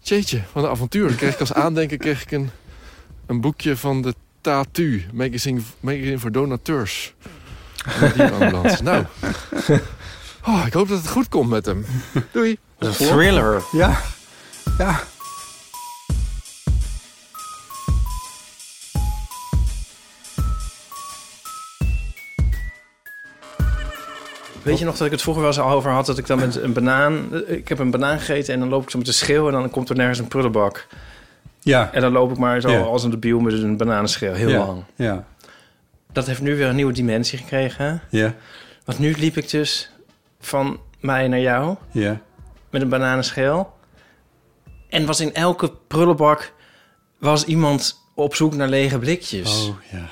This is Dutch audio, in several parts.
Jeetje, wat een avontuur. Dan kreeg ik als aandenken kreeg ik een, een boekje van de Tatu, magazine, magazine voor donateurs. Met die ambulance. Nou, oh, ik hoop dat het goed komt met hem. Doei. Een thriller. Ja, ja. Weet je nog dat ik het vroeger wel eens al over had? Dat ik dan met een banaan... Ik heb een banaan gegeten en dan loop ik zo met te schreeuwen... en dan komt er nergens een prullenbak. Ja. En dan loop ik maar zo Ja. als een debiel met een bananenschil. Heel ja. lang. Ja. Dat heeft nu weer een nieuwe dimensie gekregen. Ja. Want nu liep ik dus van mij naar jou Ja. met een bananenschil. En was in elke prullenbak was iemand op zoek naar lege blikjes. Oh, ja.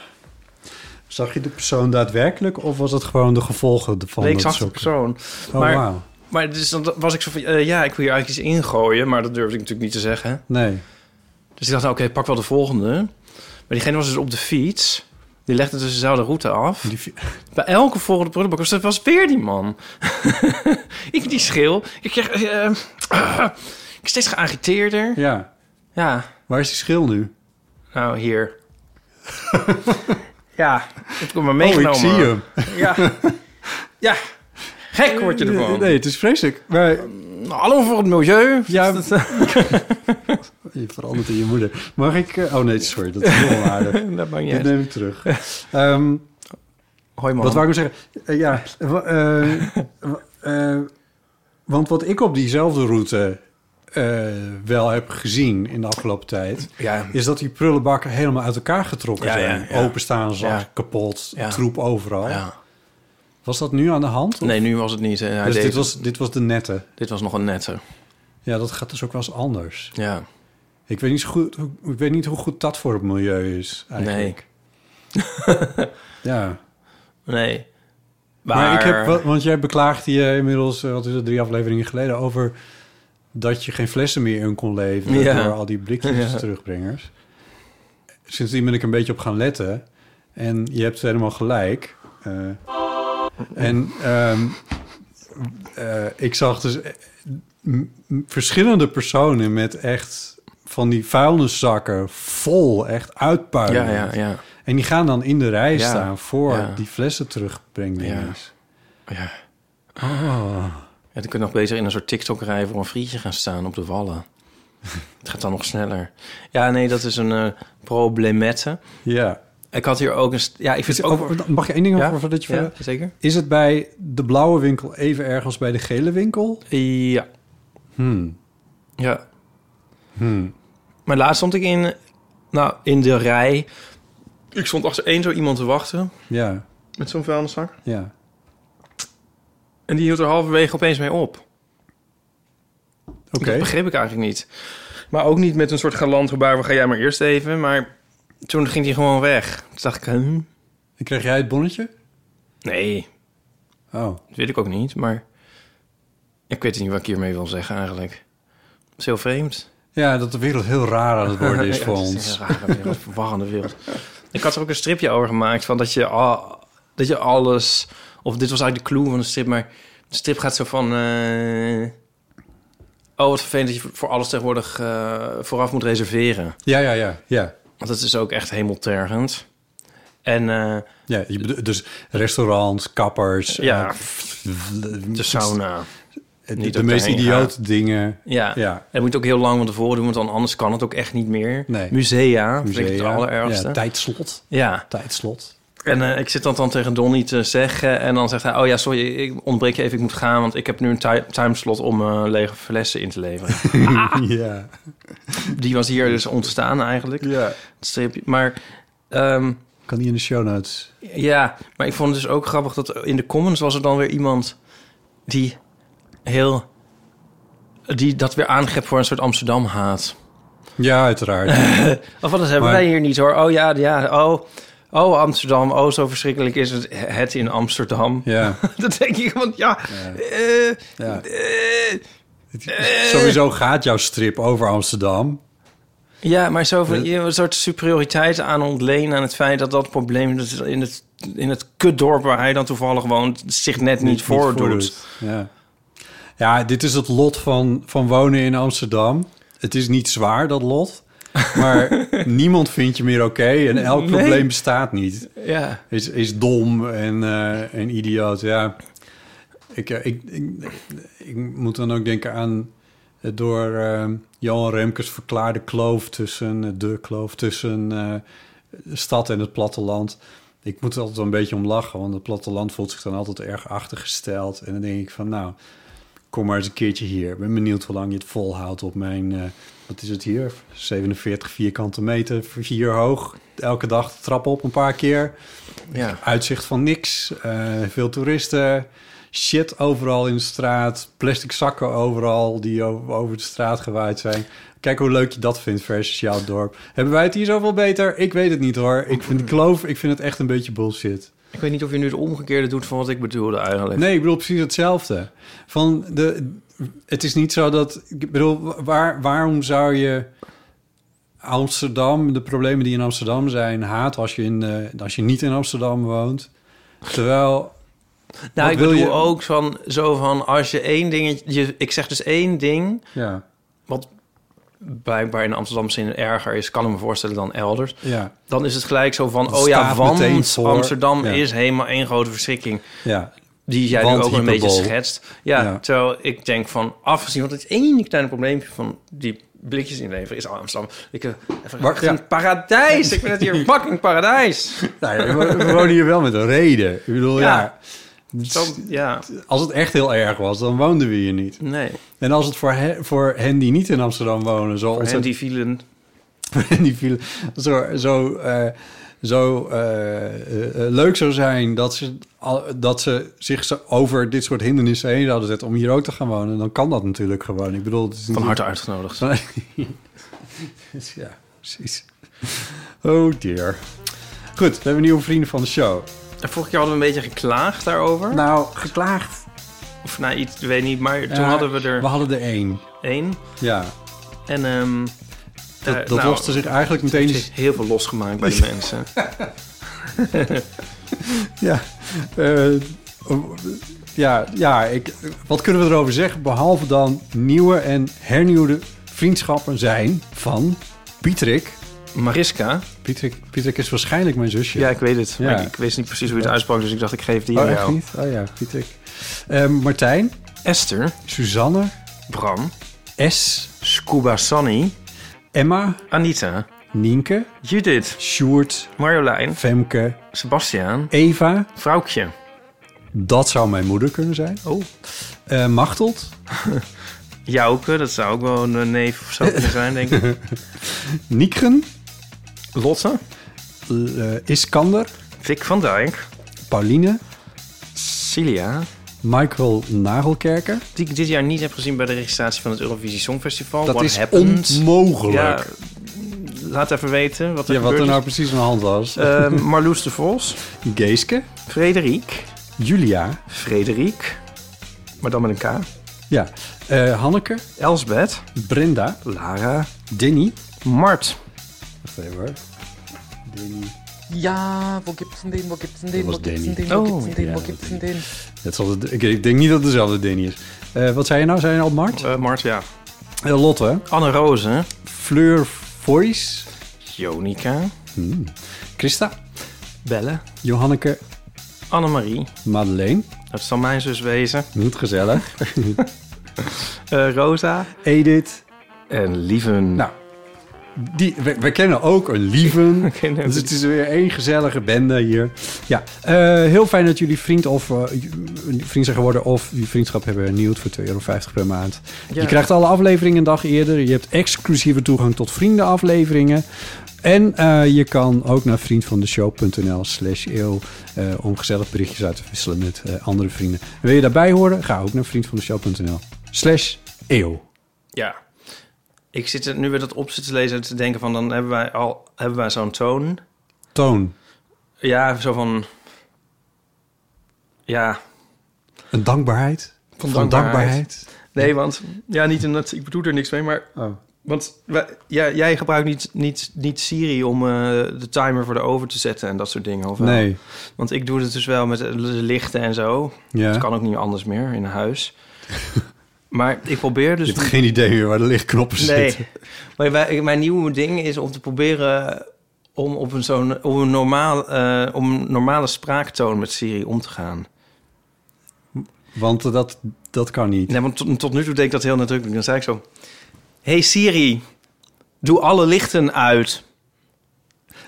Zag je de persoon daadwerkelijk of was het gewoon de gevolgen van nee, ik zag dat de zoeken? persoon. Oh, maar- wauw. Maar dus dan was ik zo van, eh, ja, ik wil hier eigenlijk iets ingooien, maar dat durfde ik natuurlijk niet te zeggen. Nee. Dus ik dacht, nou, oké, pak wel de volgende. Maar diegene was dus op de fiets. Die legde dus dezelfde route af. Die fi- Bij elke volgende prullenbak was, dat was weer die man. ik die schil. Ik kreeg... eh, ik werd steeds geagiteerder. Ja. Ja, Waar is die schil nu? Oh, nou, hier. ja, ik heb hem maar meegenomen. Oh, ik zie hem. Ja. ja. Gek word je ervan. Oh, Nee, het is vreselijk. Maar Allemaal voor het milieu. Ja, je verandert in je moeder. Mag ik... eh, Oh nee, sorry, dat is heel onaardig. Dat maakt niet Dit uit. neem ik terug. Ehm, Hoi man. wat wou ik nog zeggen? Eh, ja, wa- eh, wa- eh, want wat ik op diezelfde route eh, wel heb gezien in de afgelopen tijd... Ja. is dat die prullenbakken helemaal uit elkaar getrokken Ja, zijn. ja, ja. Openstaan, zak, Ja. kapot, Ja. troep overal. ja. Was dat nu aan de hand? of- Nee, nu was het niet. hè. Hij dus deed- dit was, dit was de nette. dit was nog een nette. Ja, dat gaat dus ook wel eens anders. Ja. Ik weet niet, zo goed, hoe- ik weet niet hoe goed dat voor het milieu is eigenlijk. ja. Nee. Maar, ik heb, wel- want jij beklaagde je inmiddels, eh, wat is het, drie afleveringen geleden... over dat je geen flessen meer in kon leveren... Ja. door al die blikjes Ja. terugbrengers. Sindsdien ben ik een beetje op gaan letten. En je hebt helemaal gelijk. Eh, en ehm, eh, ik zag dus eh, m- m- verschillende personen met echt van die vuilniszakken vol, echt uitpuilen. Ja, ja, ja. En die gaan dan in de rij Ja, staan voor ja. die flessen terugbrengdinges. ja. Oh, Ja, dan kun je nog beter in een soort TikTok-rij voor een frietje gaan staan op de wallen. Het gaat dan nog sneller. Ja, nee, dat is een eh, problemette. ja. Ik had hier ook een... st- Ja, ik vind het ook... Over- mag je één ding Ja? over dat je Ja, verder- zeker? Is het bij de blauwe winkel even erg als bij de gele winkel? Ja. Hmm. Ja. Hmm. Maar laatst stond ik in... Nou, in de rij. Ik stond achter één zo iemand te wachten. Ja, Met zo'n vuilniszak. ja. En die hield er halverwege opeens mee op. Oké. Dat begreep ik eigenlijk niet. Maar ook niet met een soort galant gebaar van ga jij maar eerst even. Maar toen ging hij gewoon weg. Toen dacht ik, hm, En kreeg jij het bonnetje? nee, Oh, dat weet ik ook niet. Maar ik weet niet wat ik hiermee wil zeggen eigenlijk. Het is heel vreemd. ja, dat de wereld heel raar aan het worden is Ja, voor het ons. een hele rare wereld, verwarrende wereld. Ik had er ook een stripje over gemaakt van dat je, al, dat je alles... Of dit was eigenlijk de clue van de strip, maar de strip gaat zo van... eh, oh, wat vervelend dat je voor alles tegenwoordig eh, vooraf moet reserveren. Ja, ja, ja, ja. Want dat is ook echt hemeltergend. En eh, ja je bedo- dus restaurants, kappers, Ja, eh, de sauna. eh, de, Niet de ook meest daarheen idioot dingen. Ja. Ja. dat moet ook heel lang van tevoren doen, want dan anders kan het ook echt niet meer. Nee. Musea, vind ik het Musea. allerergste. Ja, Ja, tijdslot. Tijdslot. en eh, ik zit dat dan tegen Donnie te zeggen en dan zegt hij... oh ja, sorry, ik ontbreek je even, ik moet gaan... want ik heb nu een ti- timeslot om eh, lege flessen in te leveren. Ja. Die was hier dus ontstaan eigenlijk, ja. het stripje. Maar... ehm, Kan die in de show notes? Ja, maar ik vond het dus ook grappig dat in de comments was er dan weer iemand die heel. die dat weer aangreep voor een soort Amsterdam-haat. Ja, uiteraard. Of wat dat hebben Maar- wij hier niet hoor. Oh ja, ja, oh. Oh, Amsterdam. Oh, zo verschrikkelijk is het, het in Amsterdam. ja. Dat denk ik, want ja. eh, ja. eh, Sowieso gaat jouw strip over Amsterdam. ja, maar zo van, je hebt een soort superioriteit aan ontlenen aan het feit dat dat probleem dat in het, in het kutdorp waar hij dan toevallig woont zich net niet, voordoet. Ja. ja, dit is het lot van, van wonen in Amsterdam. Het is niet zwaar, dat lot. Maar niemand vindt je meer oké en elk Nee. probleem bestaat niet. Ja. Is, is dom en, eh, en idioot, ja. Ik, eh, ik, ik, ik moet dan ook denken aan het door eh, Johan Remkes verklaarde kloof tussen... eh, de kloof tussen eh, de stad en het platteland. Ik moet er altijd wel een beetje om lachen, want het platteland voelt zich dan altijd erg achtergesteld. En dan denk ik van, nou, kom maar eens een keertje hier. Ik ben benieuwd hoe lang je het volhoudt op mijn, eh, wat is het hier, 47 vierkante meter, vier hoog. Elke dag de trap op een paar keer. Ja. Uitzicht van niks, eh, veel toeristen, shit overal in de straat, plastic zakken overal die o- over de straat gewaaid zijn. Kijk hoe leuk je dat vindt versus jouw dorp. Hebben wij het hier zoveel beter? Ik weet het niet hoor. Ik vind de kloof, ik vind het echt een beetje bullshit. Ik weet niet of je nu het omgekeerde doet van wat ik bedoelde eigenlijk. Nee, ik bedoel precies hetzelfde. Van de, het is niet zo dat... Ik bedoel, waar, waarom zou je Amsterdam, de problemen die in Amsterdam zijn, haat als je, in, eh, als je niet in Amsterdam woont? Terwijl, nou, wat ik wil bedoel je- ook van, zo van als je één dingetje... je- ik zeg dus één ding, ja, wat blijkbaar in Amsterdam zin erger is, kan ik me voorstellen dan elders. ja, Dan is het gelijk zo van, Het oh ja, staat meteen want voor- Amsterdam Ja. is helemaal één grote verschrikking. ja. Die jij Want nu ook een beetje hyperbol. schetst. Ja, Ja. terwijl ik denk van, afgezien van het ene kleine probleempje van die blikjes inleveren, is Amsterdam. Ik heb Maar- een ja. paradijs. Ik vind het hier een fucking paradijs. Nou ja, we, we wonen hier wel met een reden. Ik bedoel, Ja. ja. Zo, ja, Als het echt heel erg was, dan woonden we hier niet. nee. En als het voor, he- voor hen die niet in Amsterdam wonen... Zo Voor hen ontzettend die vielen. En die vielen zo, zo, eh, zo eh, eh, eh, leuk zou zijn dat ze, al- dat ze zich zo over dit soort hindernissen heen zouden zetten om hier ook te gaan wonen. Dan kan dat natuurlijk gewoon. Ik bedoel, het is Van niet- harte uitgenodigd. ja, precies. Oh dear. Goed, we hebben nieuwe vrienden van de show. En vorige keer hadden we een beetje geklaagd daarover. Nou, geklaagd. Of nou, iets, weet niet. Maar toen Ja, hadden we We er hadden er één. één. Ja, En ehm dat, dat loste zich eigenlijk Er meteen. nou, is heel veel losgemaakt bij de mensen. Ja, eh, ja, ja ik, wat kunnen we erover zeggen? Behalve dan nieuwe en hernieuwde vriendschappen zijn van Pietrik. Mariska. Pietrik, Pietrik is waarschijnlijk mijn zusje. Ja, ik weet het. Maar Ja. ik wist niet precies hoe je het uitsprak. Dus ik dacht, ik geef die oh, aan echt jou. niet? Oh ja, Pietrik. Eh, Martijn, Esther. Suzanne, Bram. S, Scuba Sunny. Emma, Anita. Nienke, Judith. Sjoerd, Marjolein. Femke, Sebastiaan. Eva. Vrouwtje. Dat zou mijn moeder kunnen zijn. Oh. Eh Machtelt, Jouke. Dat zou ook wel een eh, neef of zo kunnen zijn, denk ik. Nieken, Lotte. eh, Iskander, Vic van Dijk. Pauline, Cilia. Michael Nagelkerker. die ik dit jaar niet heb gezien bij de registratie van het Eurovisie Songfestival. Dat What is happened? onmogelijk. Ja, Ja, laat even weten wat er wat er gebeurd nou is. precies aan de hand was. Eh, Marloes de Vos, Geeske, Frederik, Julia, Frederik, maar dan met een K. ja, eh, Hanneke, Elsbeth, Brenda, Lara, Denny. Mart. Wacht even hoor. Denny. Ja, wo gibt's denn den, wo gibt's denn den, Dat wo was gibt's denn Danny. den, wo Oh, gibt's denn den, ja, wo dat gibt's denk denn den? Dat zal het, ik, ik denk niet dat het dezelfde Denny is. Eh, wat zei je nou? Zijn je al Mart? Eh, Mart, ja. Eh, Lotte. Anne Roze, Fleur Voice. Jonica, Christa. Belle, Johanneke. Annemarie. Madeleine. Dat zal mijn zus wezen. Niet gezellig. eh, Rosa Edith. en Lieven. Nou, die, we, we kennen ook een lieven. kennen dus het is weer één gezellige bende hier. Ja, eh, heel fijn dat jullie vriend of eh, vriend zijn geworden of je vriendschap hebben hernieuwd voor 2,50 euro per maand. Ja. Je krijgt alle afleveringen een dag eerder. Je hebt exclusieve toegang tot vriendenafleveringen. En eh, je kan ook naar vriendvandeshow.nl slash eeuw eh, om gezellig berichtjes uit te wisselen met eh, andere vrienden. wil je daarbij horen? Ga ook naar vriendvandeshow.nl slash eeuw. Ja. Ik zit er nu weer dat op zit te lezen en te denken van... dan hebben wij al hebben wij zo'n toon. Toon, Ja, zo van... Ja, een dankbaarheid. Van dankbaarheid. nee, want... Ja, niet in dat... Ik bedoel er niks mee, maar... Oh. Want wij- jij- jij gebruikt niet, niet, niet Siri om eh, de timer voor de over te zetten en dat soort dingen. Of wel? Nee, Want ik doe het dus wel met de lichten en zo. ja. Het kan ook niet anders meer in huis. maar ik probeer dus... Je hebt geen idee meer waar de lichtknoppen Nee. zitten. Maar wij- mijn nieuwe ding is om te proberen om op een, zo'n, om een, normaal, eh, om een normale spraaktoon met Siri om te gaan. Want eh, dat, dat kan niet. Nee, want tot, tot nu toe deed ik dat heel nadrukkelijk. Dan zei ik zo... Hey Siri, doe alle lichten uit.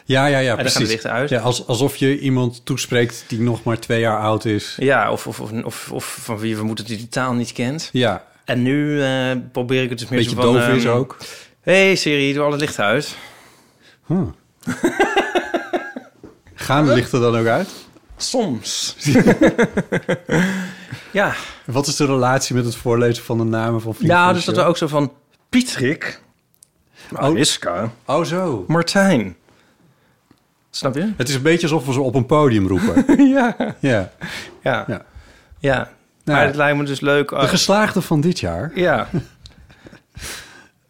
Ja, ja, ja, en dan gaan de precies. lichten uit. Ja, als, alsof je iemand toespreekt die nog maar twee jaar oud is. Ja, of, of, of, of, of van wie vermoedt dat hij die taal niet kent. Ja, En nu eh, probeer ik het dus meer beetje zo van... doof is ehm, ook. Hey Siri, doe alle lichten uit. Huh. Gaan de lichten dan ook uit? Soms. ja, Wat is de relatie met het voorlezen van de namen van vrienden? ja van dus de dat we show? ook zo van... Pietrik, Mariska, Oh, zo. Martijn. Snap je? Het is een beetje alsof we ze op een podium roepen. ja. ja. Ja. Ja. Nou ja. ja. maar het lijkt me dus leuk... De als- geslaagde van dit jaar. ja.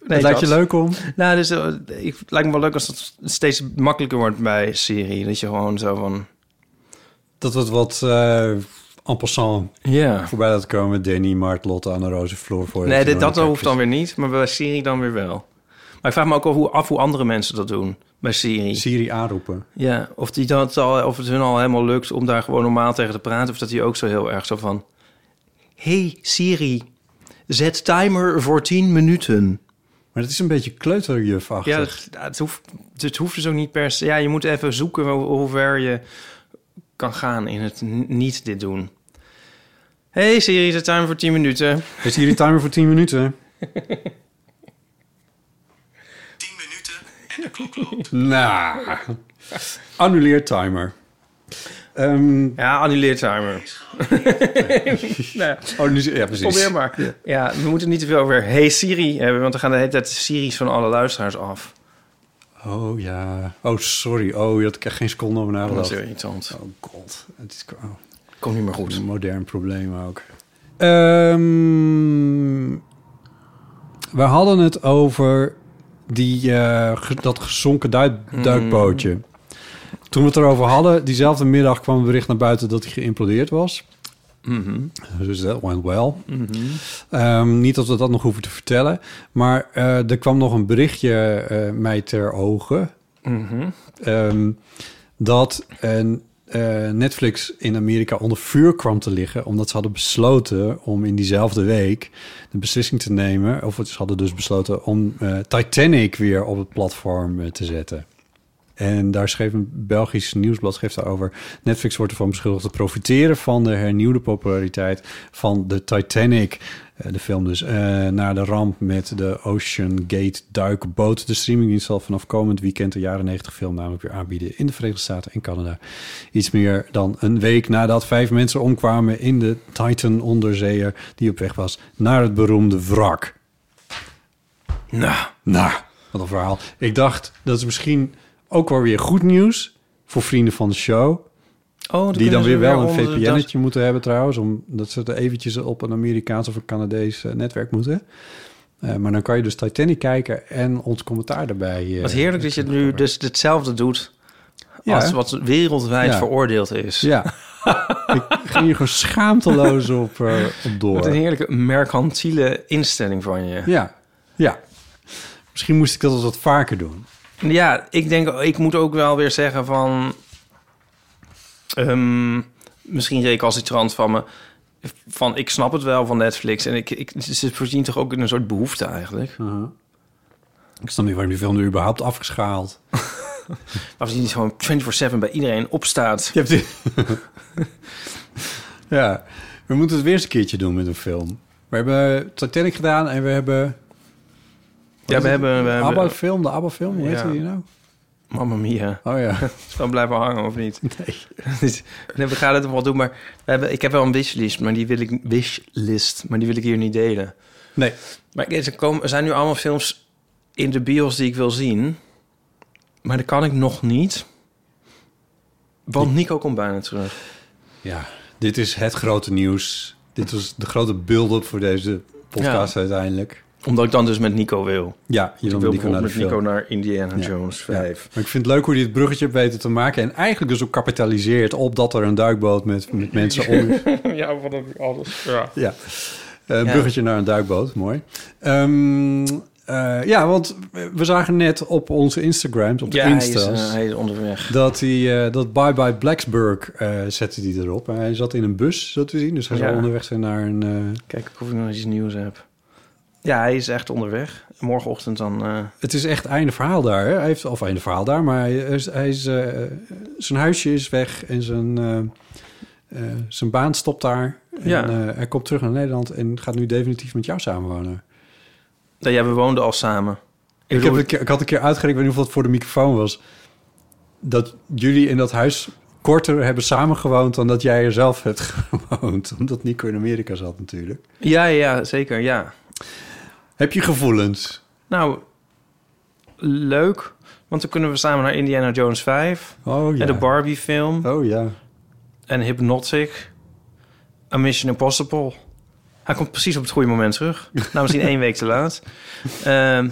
dat lijkt je leuk om? Nou, dus, eh, ik, het lijkt me wel leuk als dat steeds makkelijker wordt bij Siri. Dat je gewoon zo van... Dat het wat eh en passant Ja. voorbij laat komen. Danny, Mart, Lotte, Anne, Roze, Floor. Voor Nee, dit, dat hoeft dan weer niet, maar bij Siri dan weer wel. Maar ik vraag me ook al hoe, af hoe andere mensen dat doen bij Siri. Siri aanroepen. Ja, of, die dat al, of het hun al helemaal lukt om daar gewoon normaal tegen te praten... of dat die ook zo heel erg zo van... Hey Siri, zet timer voor 10 minuten. Maar dat is een beetje kleuterjufachtig. Ja, dat, het, hoeft, het hoeft dus ook niet per se... Ja, je moet even zoeken hoe, hoe ver je kan gaan in het n- niet dit doen. Hey Siri, zet timer voor 10 minuten. Is hier die timer voor 10 minuten? 10 minuten en de klok loopt. Nou, annuleer timer. Ehm, Ja, annuleer timer. nou ja. oh, nu, ja, precies. Probeer maar. Ja, we moeten niet te veel over Hey Siri hebben, want dan gaan de hele tijd de Siri's van alle luisteraars af. Oh ja. Oh, sorry. Oh, dat ik echt geen seconde over Dat is nagedacht. heel irritant. Oh god. Het is oh, Komt niet meer goed. een modern probleem ook. Ehm, we hadden het over die, eh, ge- dat gezonken duik- duikbootje. Toen we het erover hadden, diezelfde middag kwam een bericht naar buiten dat hij geïmplodeerd was. Mhm. Dus dat went well. Ehm, niet dat we dat nog hoeven te vertellen. Maar eh, er kwam nog een berichtje eh, mij ter ogen. Mhm. Ehm, dat een, eh, Netflix in Amerika onder vuur kwam te liggen... omdat ze hadden besloten om in diezelfde week de beslissing te nemen... of ze hadden dus besloten om eh, Titanic weer op het platform eh, te zetten. En daar schreef een Belgisch nieuwsblad schreef daarover... Netflix wordt ervan beschuldigd te profiteren van de hernieuwde populariteit... van de Titanic, eh, de film dus, eh, na de ramp met de Ocean Gate duikboot. De streamingdienst zal vanaf komend weekend de jaren 90 film namelijk weer aanbieden... in de Verenigde Staten en Canada. Iets meer dan een week nadat vijf mensen omkwamen in de Titan-onderzeeër... die op weg was naar het beroemde wrak. Nou, Nou, wat een verhaal. Ik dacht, dat is misschien ook wel weer goed nieuws voor vrienden van de show. oh, die dan weer wel een VPN. VPN'tje moeten hebben trouwens. Omdat ze het eventjes op een Amerikaans of een Canadees eh, netwerk moeten. Eh, maar dan kan je dus Titanic kijken en ons commentaar daarbij. eh, Wat heerlijk dat je het nu dus hetzelfde doet Ja. als wat wereldwijd Ja. veroordeeld is. Ja. Ik ging hier gewoon schaamteloos op, eh, op Wat een door. heerlijke mercantiele instelling van je. Ja. Ja. Misschien moest ik dat wat vaker doen. Ja, ik denk, ik moet ook wel weer zeggen van... ehm, misschien recalcitrant van me. van ik snap het wel van Netflix. En ik, ik, ze voorzien toch ook in een soort behoefte eigenlijk. Aha. Ik snap niet waarom die film er überhaupt afgeschaald. Maar voorzien gewoon 24-7 bij iedereen opstaat. Je hebt die- ja, we moeten het weer eens een keertje doen met een film. We hebben eh, Titanic gedaan en we hebben... Ja, we hebben... We hebben ABBA-film, de ABBA-film, hoe heet Ja. die nou? Mamma mia. Oh ja. Is wel blijven hangen, of niet? Dus, nee, we gaan het wel doen, maar we hebben, ik heb wel een wishlist, maar die wil ik, wishlist, maar die wil ik hier niet delen. Nee. Maar kijk, er, komen, er zijn nu allemaal films in de bios die ik wil zien, maar dat kan ik nog niet. Want Nico komt bijna terug. Ja, dit is het grote nieuws. Dit was de grote build-up voor deze podcast uiteindelijk. Omdat ik dan dus met Nico wil. Ja, je Ik wil wil met Nico naar bijvoorbeeld de met film. Nico naar Indiana Ja. Jones Ja. 5. Maar ik vind het leuk hoe hij het bruggetje heeft weten te maken... en eigenlijk dus ook kapitaliseert op dat er een duikboot met, met mensen onder... Ja, wat heb alles. Ja. Ja, Eh, een Ja. bruggetje naar een duikboot, mooi. Ehm, eh, ja, want we zagen net op onze Instagrams, op de Ja, hij is, Insta's... eh, hij is onderweg. dat, hij, eh, dat Bye Bye Blacksburg eh, zette hij erop. En hij zat in een bus, zo te zien. Dus hij Ja. zal onderweg zijn naar een... eh, Kijk of ik nog iets nieuws heb. Ja, hij is echt onderweg. Morgenochtend dan... eh, Het is echt einde verhaal daar. Hè? Hij heeft, of einde verhaal daar, maar hij is, hij is, eh, zijn huisje is weg en zijn, eh, eh, zijn baan stopt daar. En, Ja. eh, hij komt terug naar Nederland en gaat nu definitief met jou samenwonen. Nou ja, we woonden al samen. Ik, heb bedoel- een keer, ik had een keer uitgerekend, ik weet niet of dat voor de microfoon was, dat jullie in dat huis korter hebben samengewoond dan dat jij er zelf hebt gewoond. Omdat Nico in Amerika zat natuurlijk. Ja, ja, zeker, ja. Heb je gevoelens? Nou, leuk. Want dan kunnen we samen naar Indiana Jones 5. Oh ja. En de Barbie film. Oh ja. En Hypnotic. A Mission Impossible. Hij komt precies op het goede moment terug. Nou, misschien één week te laat. Ehm,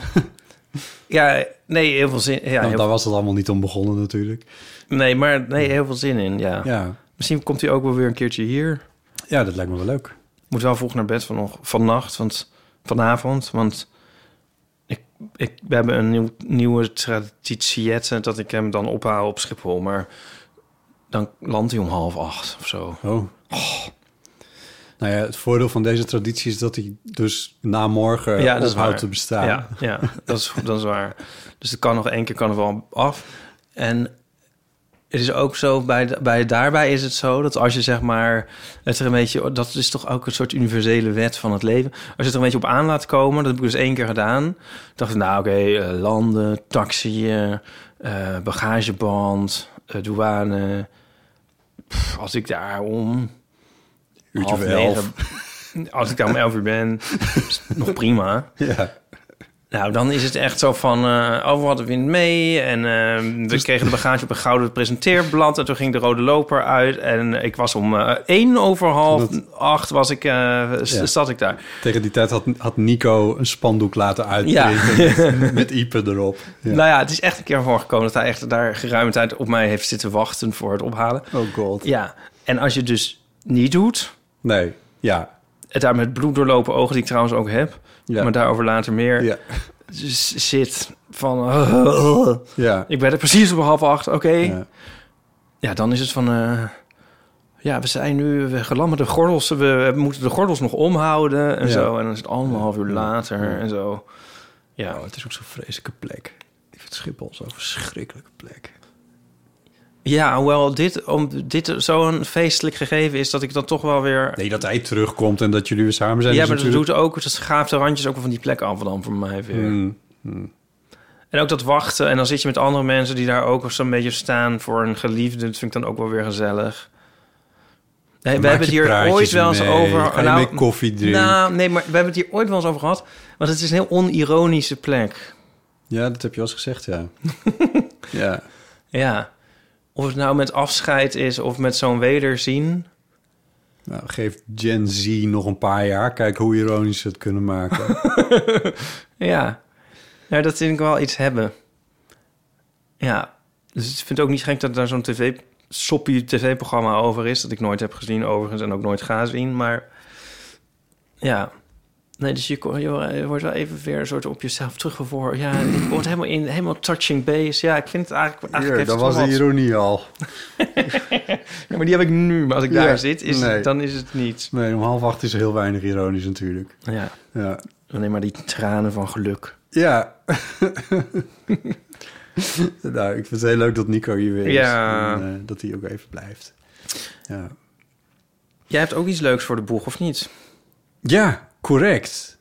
ja, nee, heel veel zin. Ja, Nou, heel- daar was het allemaal niet om begonnen natuurlijk. nee, maar nee, heel veel zin in, ja. Ja. Misschien komt hij ook wel weer een keertje hier. ja, dat lijkt me wel leuk. moet wel vroeg naar bed vanoch- vannacht, want vanavond, want ik, ik, we hebben een nieuw, nieuwe traditiette dat ik hem dan ophaal op Schiphol, maar dan landt hij om half acht of zo. Oh. Nou ja, het voordeel van deze traditie is dat hij dus na morgen Ja, dat is waar. ophoudt te bestaan. Ja, ja dat, is, dat is waar. Dus het kan nog één keer kan er wel af. En het is ook zo, bij, de- bij daarbij is het zo dat als je zeg maar het er een beetje, dat is toch ook een soort universele wet van het leven. Als je het er een beetje op aan laat komen, dat heb ik dus één keer gedaan. Dacht ik, nou oké, eh, landen, taxi, eh, eh, bagageband, eh, douane. Pff, als ik daar om Uurtje half of elf. negen- Als ik daar om elf uur ben, is het nog prima. Ja. Nou, dan is het echt zo van, eh oh, we hadden wind mee. En eh, we Dus- kregen de bagage op een gouden presenteerblad. En toen ging de rode loper uit. En ik was om eh één over half acht was ik, eh, s- Ja. zat ik daar. Tegen die tijd had, had Nico een spandoek laten uitprinten met, met Ipe erop. Ja. Nou ja, het is echt een keer voorgekomen dat hij echt daar geruime tijd op mij heeft zitten wachten voor het ophalen. Oh god. Ja, en als je het dus niet doet, Nee, ja. het daar met bloed doorlopen ogen, die ik trouwens ook heb, Ja. maar daarover later meer, Ja. z- zit van, Ja. ik ben er precies op half acht, oké. Ja. Ja, dan is het van... eh, ja, we zijn nu we gelammerde gordels. We moeten de gordels nog omhouden en Ja. zo. En dan is het anderhalf uur later en zo. Ja, Oh. het is ook zo vreselijk. Verschrikkelijke plek. Ik vind Schiphol zo'n verschrikkelijke plek. Ja, hoewel dit, om, dit zo'n feestelijk gegeven is... dat ik dan toch wel weer... Nee, dat hij terugkomt en dat jullie weer samen zijn. ja, is maar dat natuurlijk- doet ook... dat schaaft de randjes ook wel van die plek af dan voor mij weer. Hmm. En ook dat wachten. En dan zit je met andere mensen die daar ook zo'n beetje staan voor een geliefde. Dat vind ik dan ook wel weer gezellig. Nee, we Maak hebben het je hier praatjes ooit wel eens mee. over. Ga je mee koffie drinken? Nou, nee, maar we hebben het hier ooit wel eens over gehad. Want het is een heel onironische plek. Ja, dat heb je al eens gezegd, ja. ja. Ja. Of het nou met afscheid is of met zo'n wederzien. Nou, geef Gen Z nog een paar jaar. Kijk hoe ironisch ze het kunnen maken. Ja. Ja, dat vind ik wel iets hebben. Ja. Dus ik vind het ook niet gek dat daar zo'n tv, soppie tv-programma over is. Dat ik nooit heb gezien overigens en ook nooit ga zien. Maar ja. Nee, dus je, ko- je eh, wordt wel even weer een soort op jezelf teruggeworpen. Ja, je wordt helemaal, in, helemaal touching base. Ja, ik vind het eigenlijk... Hier, eigenlijk dat heeft was het de wel wat. ironie al. Ja, maar die heb ik nu. Maar als ik Ja, daar zit, is het- nee. dan is het niet. Nee, om half acht is er heel weinig ironisch natuurlijk. Ja, Ja. alleen maar die tranen van geluk. Ja. nou, ik vind het heel leuk dat Nico hier weer is. Ja. En, eh, dat hij ook even blijft. Ja. Jij hebt ook iets leuks voor de boeg, of niet? Ja, correct.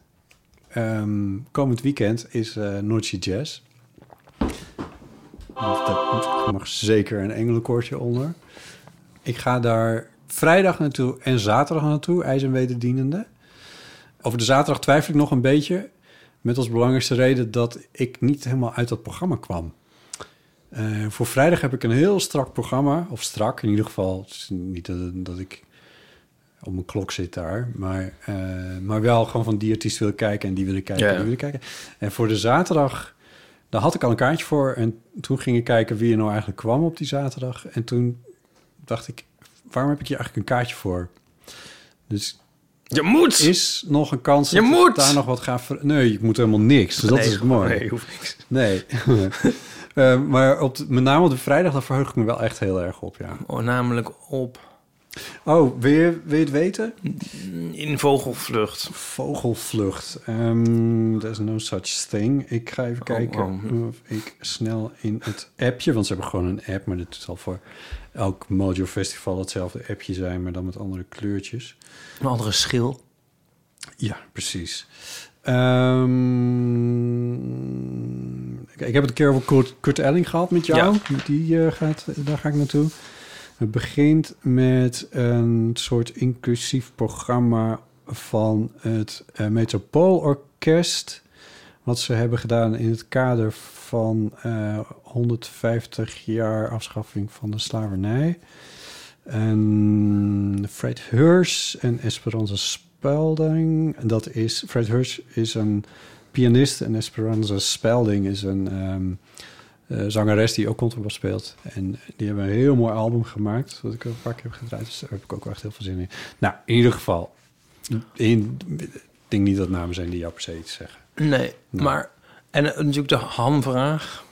Ehm, komend weekend is eh Noordse Jazz. Daar mag zeker een engelenkoortje onder. Ik ga daar vrijdag naartoe en zaterdag naartoe, ijs en wederdienende. Over de zaterdag twijfel ik nog een beetje. Met als belangrijkste reden dat ik niet helemaal uit dat programma kwam. Eh, voor vrijdag heb ik een heel strak programma. Of strak, in ieder geval. Het is niet dat, dat ik op mijn klok zit daar. Maar, eh, maar wel gewoon van die artiest wil ik kijken en die wil ik kijken Ja. en die wil ik kijken. En voor de zaterdag, daar had ik al een kaartje voor. En toen ging ik kijken wie er nou eigenlijk kwam op die zaterdag. En toen dacht ik, waarom heb ik hier eigenlijk een kaartje voor? Dus Je moet! is nog een kans Je dat ik moet! daar nog wat ga ver... Nee, ik moet helemaal niks. Dus dat Nee, is het mooi. Nee, hoeft niks. Nee. Eh, maar op de- met name op de vrijdag, daar verheug ik me wel echt heel erg op, ja. Oh, namelijk op Oh, wil je, wil je het weten? in vogelvlucht. Vogelvlucht. Ehm there's no such thing. Ik ga even kijken oh. of ik snel in het appje... want ze hebben gewoon een app, maar dit zal voor elk Mojo Festival hetzelfde appje zijn... maar dan met andere kleurtjes. Een andere schil. Ja, precies. Ehm, ik, ik heb het een keer over Kurt, Kurt Elling gehad met jou. Die, eh, gaat, daar ga ik naartoe. Het begint met een soort inclusief programma van het eh, Metropoolorkest. Wat ze hebben gedaan in het kader van eh, 150 jaar afschaffing van de slavernij. En Fred Hurs en Esperanza Spelding. Dat is, Fred Hurs is een pianist en Esperanza Spelding is een ehm, eh, zangeres die ook contrabas speelt. En die hebben een heel mooi album gemaakt, wat ik ook een paar keer heb gedraaid. Dus daar heb ik ook wel echt heel veel zin in. Nou, in ieder geval, in, ik denk niet dat namen zijn die jou per se iets zeggen. Nee, maar... En eh, natuurlijk de hamvraag.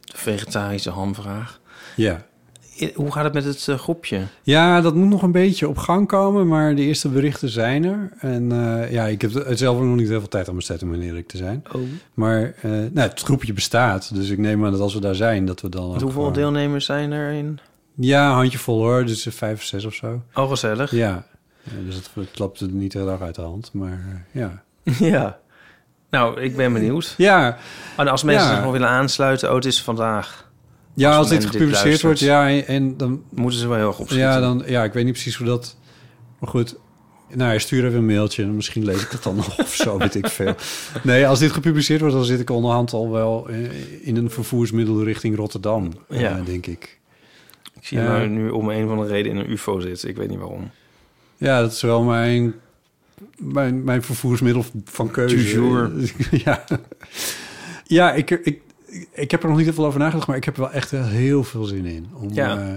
De vegetarische hamvraag. Ja. I- Hoe gaat het met het eh, groepje? Ja, dat moet nog een beetje op gang komen, maar de eerste berichten zijn er. En eh, ja, ik heb zelf ook nog niet heel veel tijd aan besteed om eerlijk te zijn. Oh. Maar eh, nou, het groepje bestaat, dus ik neem aan dat als we daar zijn, dat we dan. ook hoeveel gewoon- deelnemers zijn er in? Ja, een handjevol hoor, dus eh, vijf of zes of zo. Oh, gezellig. Ja, Ja, dus het, het loopt er niet heel erg uit de hand, maar eh, ja. Ja. Nou, ik ben benieuwd. Ja, En als mensen Ja. zich nog willen aansluiten, oh, het is vandaag. ja Als als men dit dit gepubliceerd luistert. wordt, ja, en- en dan Moeten ze wel heel erg opschieten. Ja, dan, ja, ik weet niet precies hoe dat... Maar goed, nou, ja, stuur even een mailtje... en misschien lees ik dat dan nog of zo, weet ik veel. Nee, als dit gepubliceerd wordt... dan zit ik onderhand al wel eh, in een vervoersmiddel richting Rotterdam. Ja. eh, denk ik. Ik zie Ja. jou nu om een van de reden in een ufo zitten. Ik weet niet waarom. Ja, dat is wel mijn, mijn, mijn vervoersmiddel van keuze. Du jour. ja, ja ik, ik, ik heb er nog niet heel veel over nagedacht, maar ik heb er wel echt heel veel zin in. Om, Ja. eh,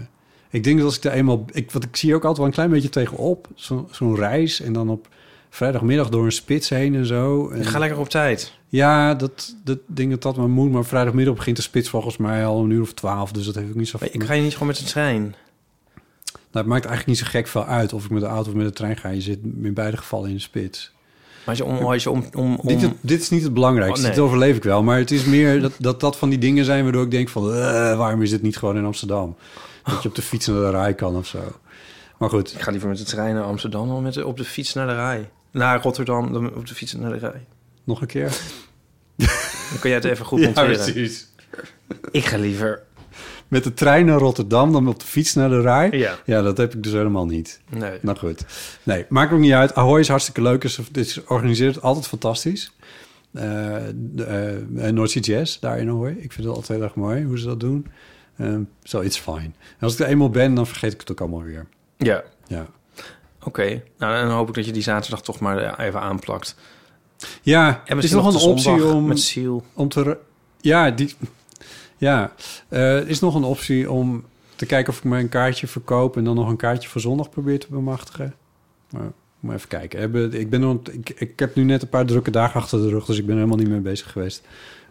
ik denk dat als ik daar eenmaal... Ik, want ik zie ook altijd wel een klein beetje tegenop. Zo- Zo'n reis en dan op vrijdagmiddag door een spits heen en zo. En, Ik ga lekker op tijd. Ja, dat, dat ik denk dat dat maar moet. Maar vrijdagmiddag begint de spits volgens mij al een uur of twaalf. Dus dat heeft ook niet zo... Maar ik ga je niet gewoon met de trein. Nou, het maakt eigenlijk niet zo gek veel uit of ik met de auto of met de trein ga. Je zit in beide gevallen in de spits. Maar als je om... Als je om, om, om- Dit, is- dit is niet het belangrijkste. Oh, nee. Dit overleef ik wel. Maar het is meer dat dat, dat van die dingen zijn waardoor ik denk van... eh, waarom is dit niet gewoon in Amsterdam? Dat je op de fiets naar de rij kan of zo. Maar goed, Ik ga liever met de trein naar Amsterdam dan met de, op de fiets naar de rij. Naar Rotterdam dan op de fiets naar de rij. nog een keer. Dan kun jij het even goed monteren. ik ga liever... Met de trein naar Rotterdam, dan op de fiets naar de rij. Ja. Ja, dat heb ik dus helemaal niet. Nee. Nou goed. Nee, maakt ook niet uit. Ahoy is hartstikke leuk. Dus Dit is organiseert altijd fantastisch. Eh eh, North Sea Jazz daar in Ahoy. Ik vind het altijd heel erg mooi hoe ze dat doen. Ehm, so it's fine. En als ik er eenmaal ben, dan vergeet ik het ook allemaal weer. Ja. Ja, Oké. Nou, dan hoop ik dat je die zaterdag toch maar eh, even aanplakt. ja En het is misschien nog een de zondag optie om, Met ziel. om te... re- Ja, die, ja eh, is nog een optie om te kijken of ik mijn kaartje verkoop... en dan nog een kaartje voor zondag probeer te bemachtigen. Maar Moet even kijken. Hebben- Ik, ben, nog- ik, ik heb nu net een paar drukke dagen achter de rug, dus ik ben er helemaal niet mee bezig geweest.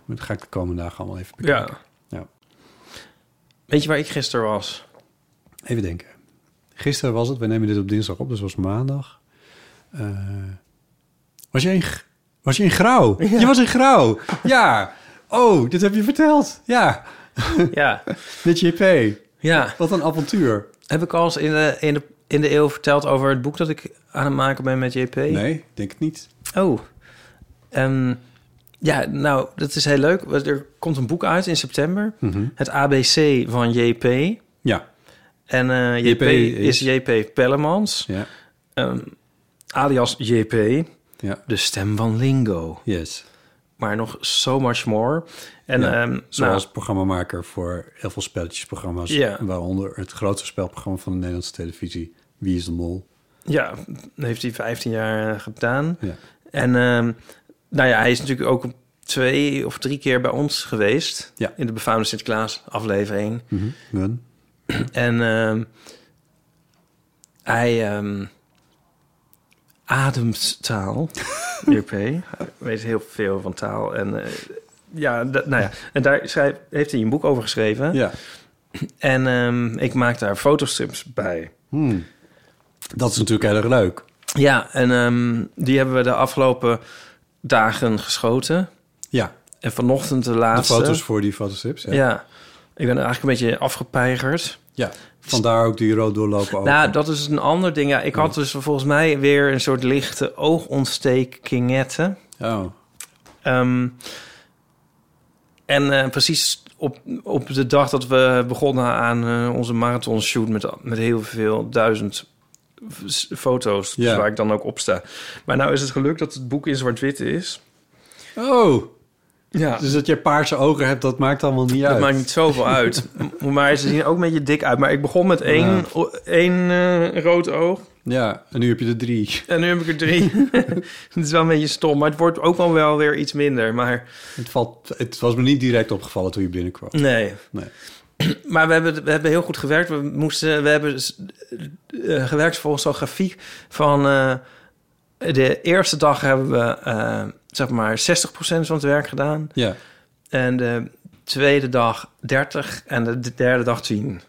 Maar dat ga ik de komende dagen allemaal even bekijken. Ja. Ja. Weet je waar ik gisteren was? Even denken. Gisteren was het, we nemen dit op dinsdag op, dus het was maandag. Eh, was, je in, G- was je in grauw? Je was in grauw, ja. Oh, dit heb je verteld, ja. Ja. Met JP, Ja. wat een avontuur. Heb ik al eens in de, in, de, in de eeuw verteld over het boek dat ik aan het maken ben met JP? Nee, denk het niet. Oh. Ehm, ja, nou, dat is heel leuk. Er komt een boek uit in september. Mhm. Het ABC van JP. Ja, En eh, JP, JP is... is- JP Pellemans. ja, ehm, alias JP. ja. De stem van Lingo. Yes. Maar nog so much more. En, Ja, ehm, Zoals nou, programmamaker voor heel veel spelletjesprogramma's. Ja. Waaronder het grootste spelprogramma van de Nederlandse televisie. Wie is de mol? nou, ja, heeft hij 15 jaar eh, gedaan. Ja. En ehm, nou ja, hij is natuurlijk ook twee of drie keer bij ons geweest. Ja. In de befaamde Sinterklaas aflevering. Mhm. Hun? Hm. En ehm, hij ehm, ademt taal. JP. Hij weet heel veel van taal. En, eh, ja, dat- nou ja, en daar schrijf, heeft hij een boek over geschreven. Ja. En ehm, ik maak daar fotostrips bij. Hmm. Dat is natuurlijk heel erg leuk. Ja, en ehm, die hebben we de afgelopen dagen geschoten. Ja, En vanochtend de de laatste. foto's voor die fotostrips. Ja. ja. ik ben eigenlijk een beetje afgepeigerd. Ja. Vandaar ook die rood doorlopen ogen. Nou, dat is een ander ding. Ja, ik had dus volgens mij weer een soort lichte oogontstekingette. Oh. Ehm, en eh, precies op, op de dag dat we begonnen aan eh, onze marathonshoot... Met, met heel veel duizend s- foto's, dus Ja. waar ik dan ook op sta. Maar nou is het gelukt dat het boek in zwart-wit is. oh, Ja, dus dat je paarse ogen hebt, dat maakt allemaal niet uit. Dat maakt niet zoveel uit. M- maar ze zien er ook een beetje dik uit. Maar ik begon met één, Ja. o- één eh, rood oog. Ja, en nu heb je er drie. En nu heb ik er drie. het is wel een beetje stom. Maar het wordt ook al wel weer iets minder. Maar Het, valt, het was me niet direct opgevallen toen je binnenkwam. nee. Nee. Maar we hebben, we hebben heel goed gewerkt. We, moesten, we hebben s- eh, gewerkt volgens zo'n grafiek van... eh, de eerste dag hebben we eh, zeg maar 60% van het werk gedaan. Ja. En de tweede dag 30 en de d- derde dag 10.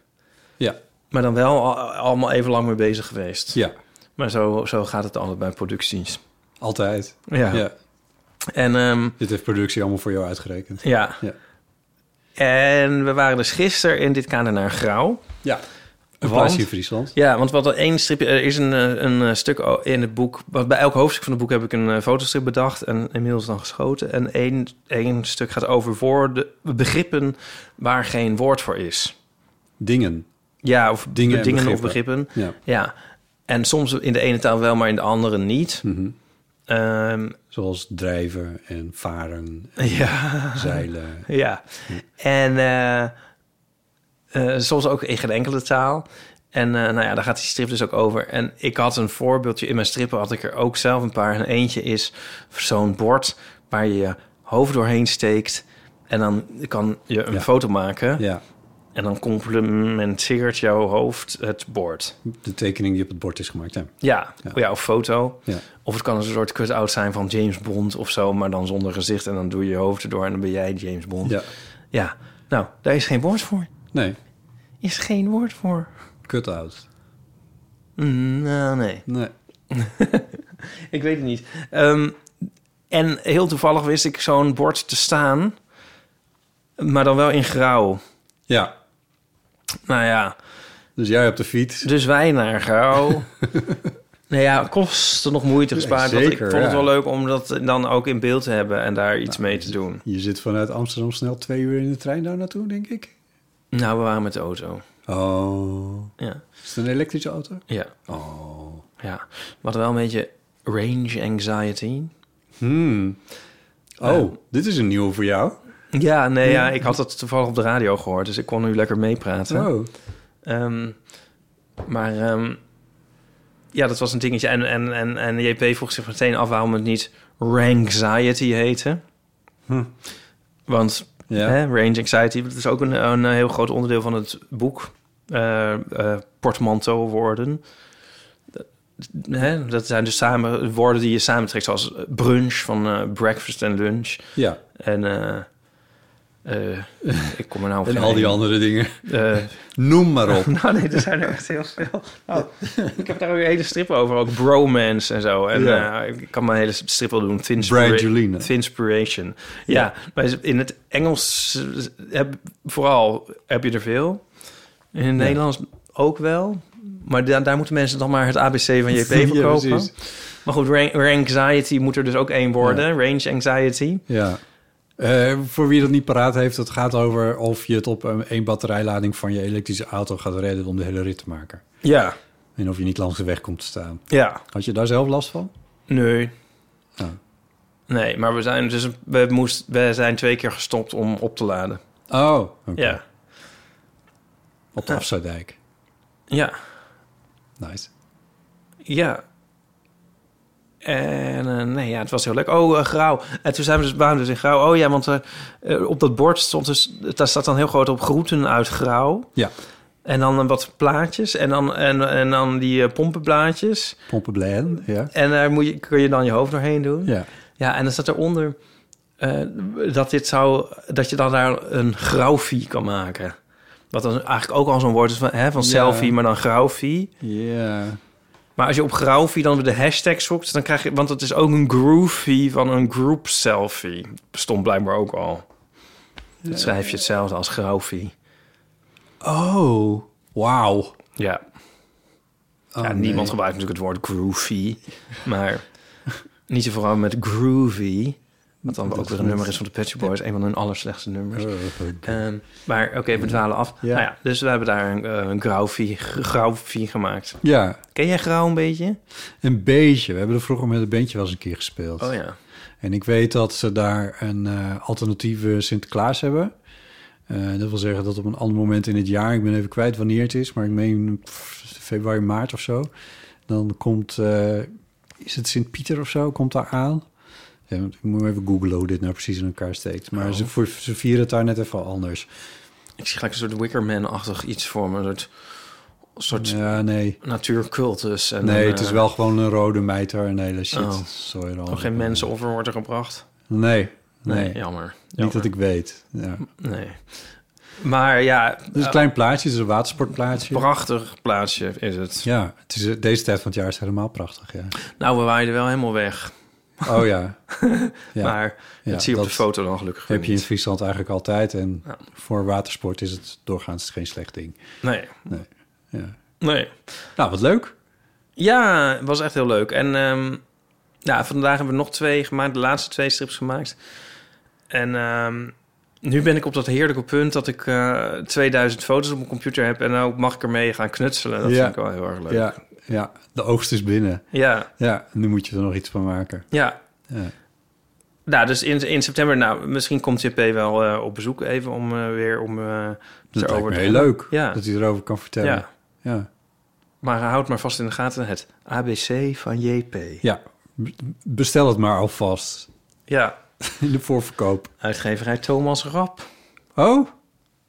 Ja. Maar dan wel al- allemaal even lang mee bezig geweest. Ja. Maar zo, zo gaat het altijd bij producties. Altijd. Ja. ja. En ehm, Dit heeft productie allemaal voor jou uitgerekend. ja. Ja. En we waren dus gisteren in dit kader naar Grauw. Ja. Een Want- plaatsje in Friesland. Ja, want wat één stripje, er is een, eh, een eh, stuk o- in het boek. want Bij elk hoofdstuk van het boek heb ik een eh, fotostrip bedacht en inmiddels dan geschoten. En één, één stuk gaat over woorden, begrippen waar geen woord voor is. Dingen. Ja, of Dingen dingen, en of begrippen. begrippen. Ja. Ja. En soms in de ene taal wel, maar in de andere niet. Mhm. Ehm, Zoals drijven en varen, ja. zeilen. Ja. En eh, eh, soms ook in geen enkele taal. En eh, nou ja, daar gaat die strip dus ook over. En ik had een voorbeeldje in mijn strippen, had ik er ook zelf een paar. En eentje is zo'n bord waar je je hoofd doorheen steekt. En dan kan je een Ja. foto maken. Ja, En dan complementeert jouw hoofd het bord. de tekening die op het bord is gemaakt. Ja. Ja, Ja. ja of foto. Ja. Of het kan een soort cut-out zijn van James Bond of zo, maar dan zonder gezicht. En dan doe je je hoofd erdoor en dan ben jij James Bond. ja. Ja, nou, daar is geen woord voor. Nee, Is geen woord voor. cut-out. Mm, nou, nee. Nee. Ik weet het niet. Ehm, en heel toevallig wist ik zo'n bord te staan. Maar dan wel in grauw. Ja, Nou ja, dus jij op de fiets. dus wij naar grauw. nou ja, kostte nog moeite gespaard. want ik zeker, vond het ja. Nou, wel leuk om dat dan ook in beeld te hebben en daar iets mee te doen. Je zit vanuit Amsterdam snel twee uur in de trein daar naartoe, denk ik. Nou, we waren met de auto. Oh. Ja, Is het een elektrische auto? ja, Oh. ja. We hadden wel een beetje range anxiety. Hmm. Oh, dit is een nieuwe voor jou. Ja, nee, ja, ik had dat toevallig op de radio gehoord, dus ik kon nu lekker meepraten. Oh. Ehm, maar ehm, ja, dat was een dingetje. En, en, en, en JP vroeg zich meteen af waarom het niet Ranxiety heette. Hm. Want Ja. hè, Range Anxiety, dat is ook een, een heel groot onderdeel van het boek. eh eh, portmanteau worden. hè, dat zijn dus samen woorden die je samentrekt, zoals brunch van eh, breakfast en lunch. Ja, En eh, eh, ik kom er nou op en geen al die één. andere dingen. Eh, Noem maar op. nou nee, er zijn er echt heel veel. Nou, ik heb daar ook een hele strip over, ook bromance en zo. En Ja. eh, ik kan mijn hele strip wel doen. Brangelina. Inspiration. Ja, maar in het Engels heb, vooral heb je er veel. In het Nederlands ook wel. Maar da- daar moeten mensen dan maar het ABC van JP Ja, voor kopen. precies. maar goed, rank, anxiety moet er dus ook één worden. Range anxiety. Ja. Eh, voor wie dat niet paraat heeft, het gaat over of je het op een, één batterijlading van je elektrische auto gaat redden om de hele rit te maken. Ja. En of je niet langs de weg komt te staan. Ja. Had je daar zelf last van? Nee. Oh. Nee, maar we zijn, dus, we, moest, we zijn twee keer gestopt om op te laden. Oh, oké. Ja. op de afsluitdijk. Ja. Nice. Ja. En eh, nee, ja, het was heel leuk. Oh, eh, Grauw. En toen zijn we dus, waren we dus in Grauw. Oh ja, want eh, eh, op dat bord stond dus... Daar staat dan heel groot op groeten uit Grauw. Ja, En dan eh, wat plaatjes. En dan, en, en dan die eh, pompenblaadjes. pompen blend. Ja. En daar moet je, kun je dan je hoofd doorheen doen. ja. Ja, en dan staat eronder... eh, dat, dit zou, dat je dan daar een grauwfie kan maken. Wat dan eigenlijk ook al zo'n woord is van, hè, van Ja. selfie, maar dan grauwfie. Ja. Maar als je op Grauwfie dan de hashtag zoekt, dan krijg je... Want het is ook een groovy van een group selfie. Bestond blijkbaar ook al. Dan schrijf je hetzelfde als Grauwfie. Oh, wauw. Ja. Oh, ja nee. niemand gebruikt natuurlijk het woord groovy. Maar niet te verwarren met groovy. Wat dan ook weer een nummer is van de Pet Shop Boys. Een van hun allerslechtste nummers. Ehm, maar oké, we dwalen af. Ja. Nou ja, dus we hebben daar een, eh, een grauwfie, grauwfie gemaakt. Ja, Ken jij grauw een beetje? een beetje. We hebben er vroeger met een bandje wel eens een keer gespeeld. Oh ja. En ik weet dat ze daar een eh, alternatieve Sinterklaas hebben. Eh, dat wil zeggen dat op een ander moment in het jaar, ik ben even kwijt wanneer het is, maar ik meen pff, februari, maart of zo. Dan komt, eh, is het Sint-Pieter of zo, komt daar aan. Ja, ik moet maar even googlen hoe dit nou precies in elkaar steekt. Maar Oh. ze, voor- ze vieren het daar net even anders. Ik zie gelijk een soort Wickerman-achtig iets voor me. Een soort, een soort Ja, nee. natuurcultus. En Nee, dan, het is eh, wel gewoon een rode mijter en hele shit. Oh. Sorry dan. Nog geen mensenoffer wordt er gebracht. Nee, nee. Nee, jammer. Niet jammer. dat ik weet. Ja. Nee. Maar ja, Dus Het is een eh, klein plaatsje, het is een watersportplaatsje. prachtig plaatsje is het. Ja, het is, eh, deze tijd van het jaar is het helemaal prachtig, ja. Nou, we waaiden wel helemaal weg. Oh ja. ja. maar ja, dat zie je op de dat foto dan gelukkig heb je in niet. Friesland eigenlijk altijd. En Ja. voor watersport is het doorgaans geen slecht ding. Nee, Nee. Ja. nee. Nou, wat leuk. Ja, het was echt heel leuk. En ehm, ja, vandaag hebben we nog twee gemaakt, de laatste twee strips gemaakt. En ehm, nu ben ik op dat heerlijke punt dat ik eh, 2000 foto's op mijn computer heb... en nou mag ik ermee gaan knutselen. Dat Ja. vind ik wel heel erg leuk. Ja, Ja, ja, de oogst is binnen. ja. Ja, nu moet je er nog iets van maken. Ja. Nou, dus in, in september, nou, misschien komt JP wel eh, op bezoek even om eh, weer om... eh Dat erover lijkt me te hebben. heel leuk Ja. dat hij erover kan vertellen. Ja. Ja. Ja. Maar houd maar vast in de gaten het ABC van JP. B- Bestel het maar alvast Ja, in de voorverkoop. uitgeverij Thomas Rap. Oh,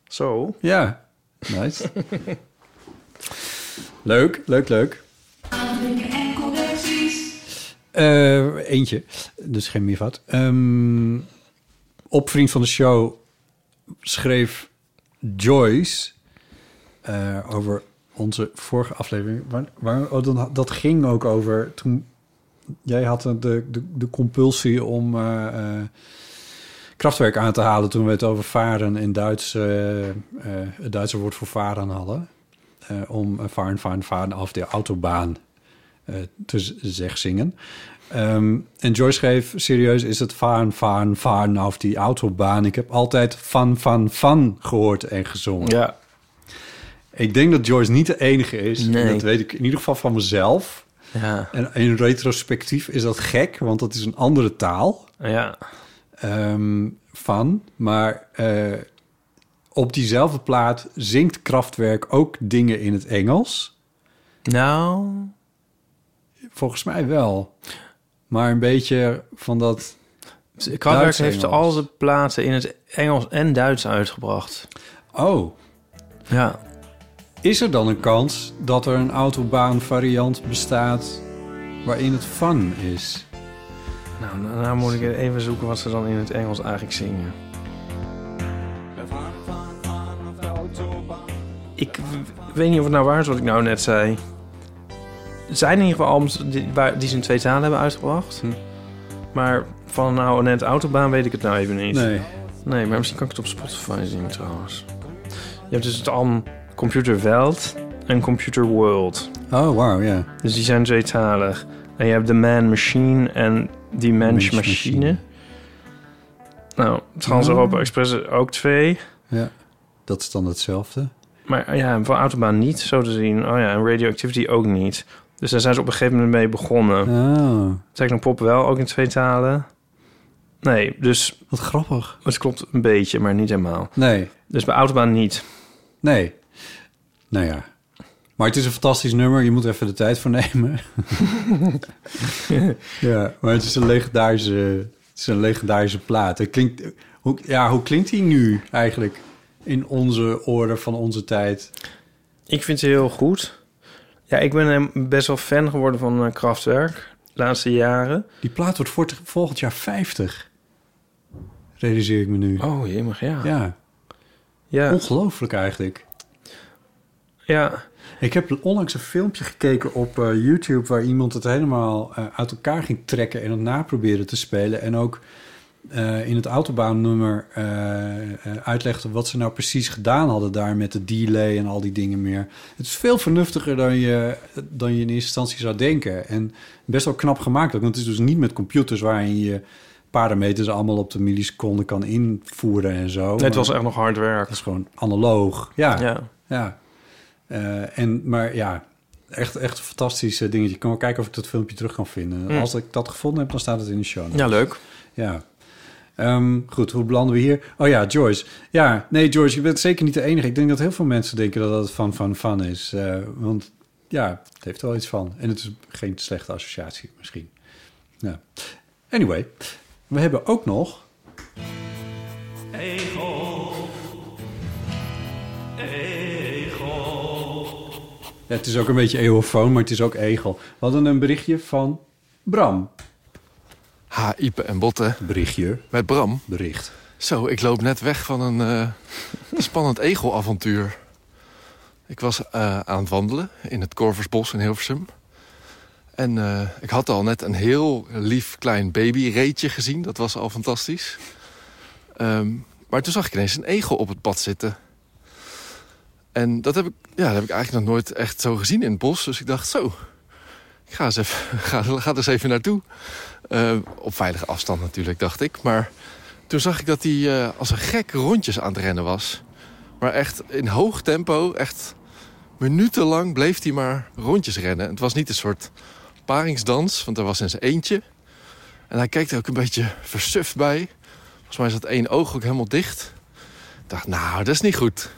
Zo. ja. Nice. leuk, leuk, leuk. Eh, eentje, dus geen meervoud. Ehm op Vriend van de Show schreef Joyce eh, over onze vorige aflevering. Waar, waar, oh, dan, dat ging ook over toen jij had de, de, de compulsie om eh, eh, krachtwerk aan te halen toen we het over varen in Duits, eh, eh, het Duitse woord voor varen hadden. Eh, om eh, varen, varen, varen af de autobaan eh, te z- zeg zingen. Ehm, en Joyce schreef, serieus is het varen, varen, varen af die autobaan. Ik heb altijd van, van, van gehoord en gezongen. Ja. Ik denk dat Joyce niet de enige is. Nee. Dat weet ik in ieder geval van mezelf. Ja. En in retrospectief is dat gek, want dat is een andere taal Ja. ehm, van. Maar eh, op diezelfde plaat zingt Kraftwerk ook dingen in het Engels. Nou... Volgens mij wel. Maar een beetje van dat... Kwadwerk heeft Duits-Engels. al zijn platen in het Engels en Duits uitgebracht. Oh, Ja. Is er dan een kans dat er een autobaanvariant bestaat waarin het fun is? Nou, daarna moet ik even zoeken wat ze dan in het Engels eigenlijk zingen. Ik w- weet niet of het nou waar is wat ik nou net zei. Er zijn in ieder geval albums die, waar, die ze in twee talen hebben uitgebracht. Hm. Maar van nou net Autobaan weet ik het nou even niet. Nee. Nee, maar misschien kan ik het op Spotify zien trouwens. Je hebt dus het album Computer Welt en Computer World. Oh, wauw, ja. Dus die zijn tweetalig. En je hebt de Man Machine en die Mensch Mensch Machine. Machine. Nou, Trans-Europa Express er ook twee. Dat is dan hetzelfde. Maar eh, ja, van Autobaan niet, zo te zien. Oh ja, en Radioactivity ook niet. Dus daar zijn ze op een gegeven moment mee begonnen. Oh, Technopop wel, ook in twee talen. Nee, dus wat grappig. het klopt een beetje, maar niet helemaal. Nee, Dus bij Autobaan niet. nee. Nou ja. Maar het is een fantastisch nummer. Je moet er even de tijd voor nemen. ja, maar het is een legendarische, het is een legendarische plaat. Het klinkt, hoe, ja, hoe klinkt die nu eigenlijk in onze oren van onze tijd? Ik vind ze heel goed. Ja, ik ben eh, best wel fan geworden van eh, Kraftwerk. De laatste jaren. Die plaat wordt voort- volgend jaar 50. Realiseer ik me nu. Oh, jemig, ja. Ja, Ja, ja. ongelooflijk eigenlijk. Ik heb onlangs een filmpje gekeken op eh, YouTube waar iemand het helemaal eh, uit elkaar ging trekken en het naprobeerde te spelen. En ook eh, in het autobahnnummer eh, eh, uitlegde wat ze nou precies gedaan hadden daar met de delay en al die dingen meer. Het is veel vernuftiger dan je, dan je in eerste instantie zou denken. En best wel knap gemaakt ook, want het is dus niet met computers waarin je parameters allemaal op de milliseconde kan invoeren en zo. Nee, het Oh, was Maar echt nog hard werk. het is gewoon analoog. Ja. Ja. Eh, en, maar ja, echt, echt een fantastisch eh, dingetje. Ik kan wel kijken of ik dat filmpje terug kan vinden. Mm. Als ik dat gevonden heb, dan staat het in de show. notes. Ja, leuk. Ja. Ehm, goed, hoe belanden we hier? Oh ja, Joyce. Ja, nee, Joyce, je bent zeker niet de enige. Ik denk dat heel veel mensen denken dat dat van van van is. Eh, want ja, het heeft wel iets van. En het is geen slechte associatie misschien. Ja. Anyway, we hebben ook nog... Ja, het is ook een beetje eeuwofoon, maar het is ook egel. We hadden een berichtje van Bram. Ha, Ipe en Botten Berichtje, met Bram. bericht. Zo, ik loop net weg van een eh, spannend egelavontuur. Ik was eh, aan het wandelen in het Korversbos in Hilversum. En eh, ik had al net een heel lief klein babyreetje gezien. Dat was al fantastisch. Ehm, maar toen zag ik ineens een egel op het pad zitten. En dat heb, ik, ja, dat heb ik eigenlijk nog nooit echt zo gezien in het bos. Dus ik dacht, zo, ik ga, eens even, ga, ga er eens even naartoe. Eh, op veilige afstand natuurlijk, dacht ik. Maar toen zag ik dat hij eh, als een gek rondjes aan het rennen was. Maar echt in hoog tempo, echt minutenlang bleef hij maar rondjes rennen. Het was niet een soort paringsdans, want hij was in zijn eentje. En hij keek er ook een beetje versuft bij. Volgens mij zat één oog ook helemaal dicht. Ik dacht, nou, dat is niet goed.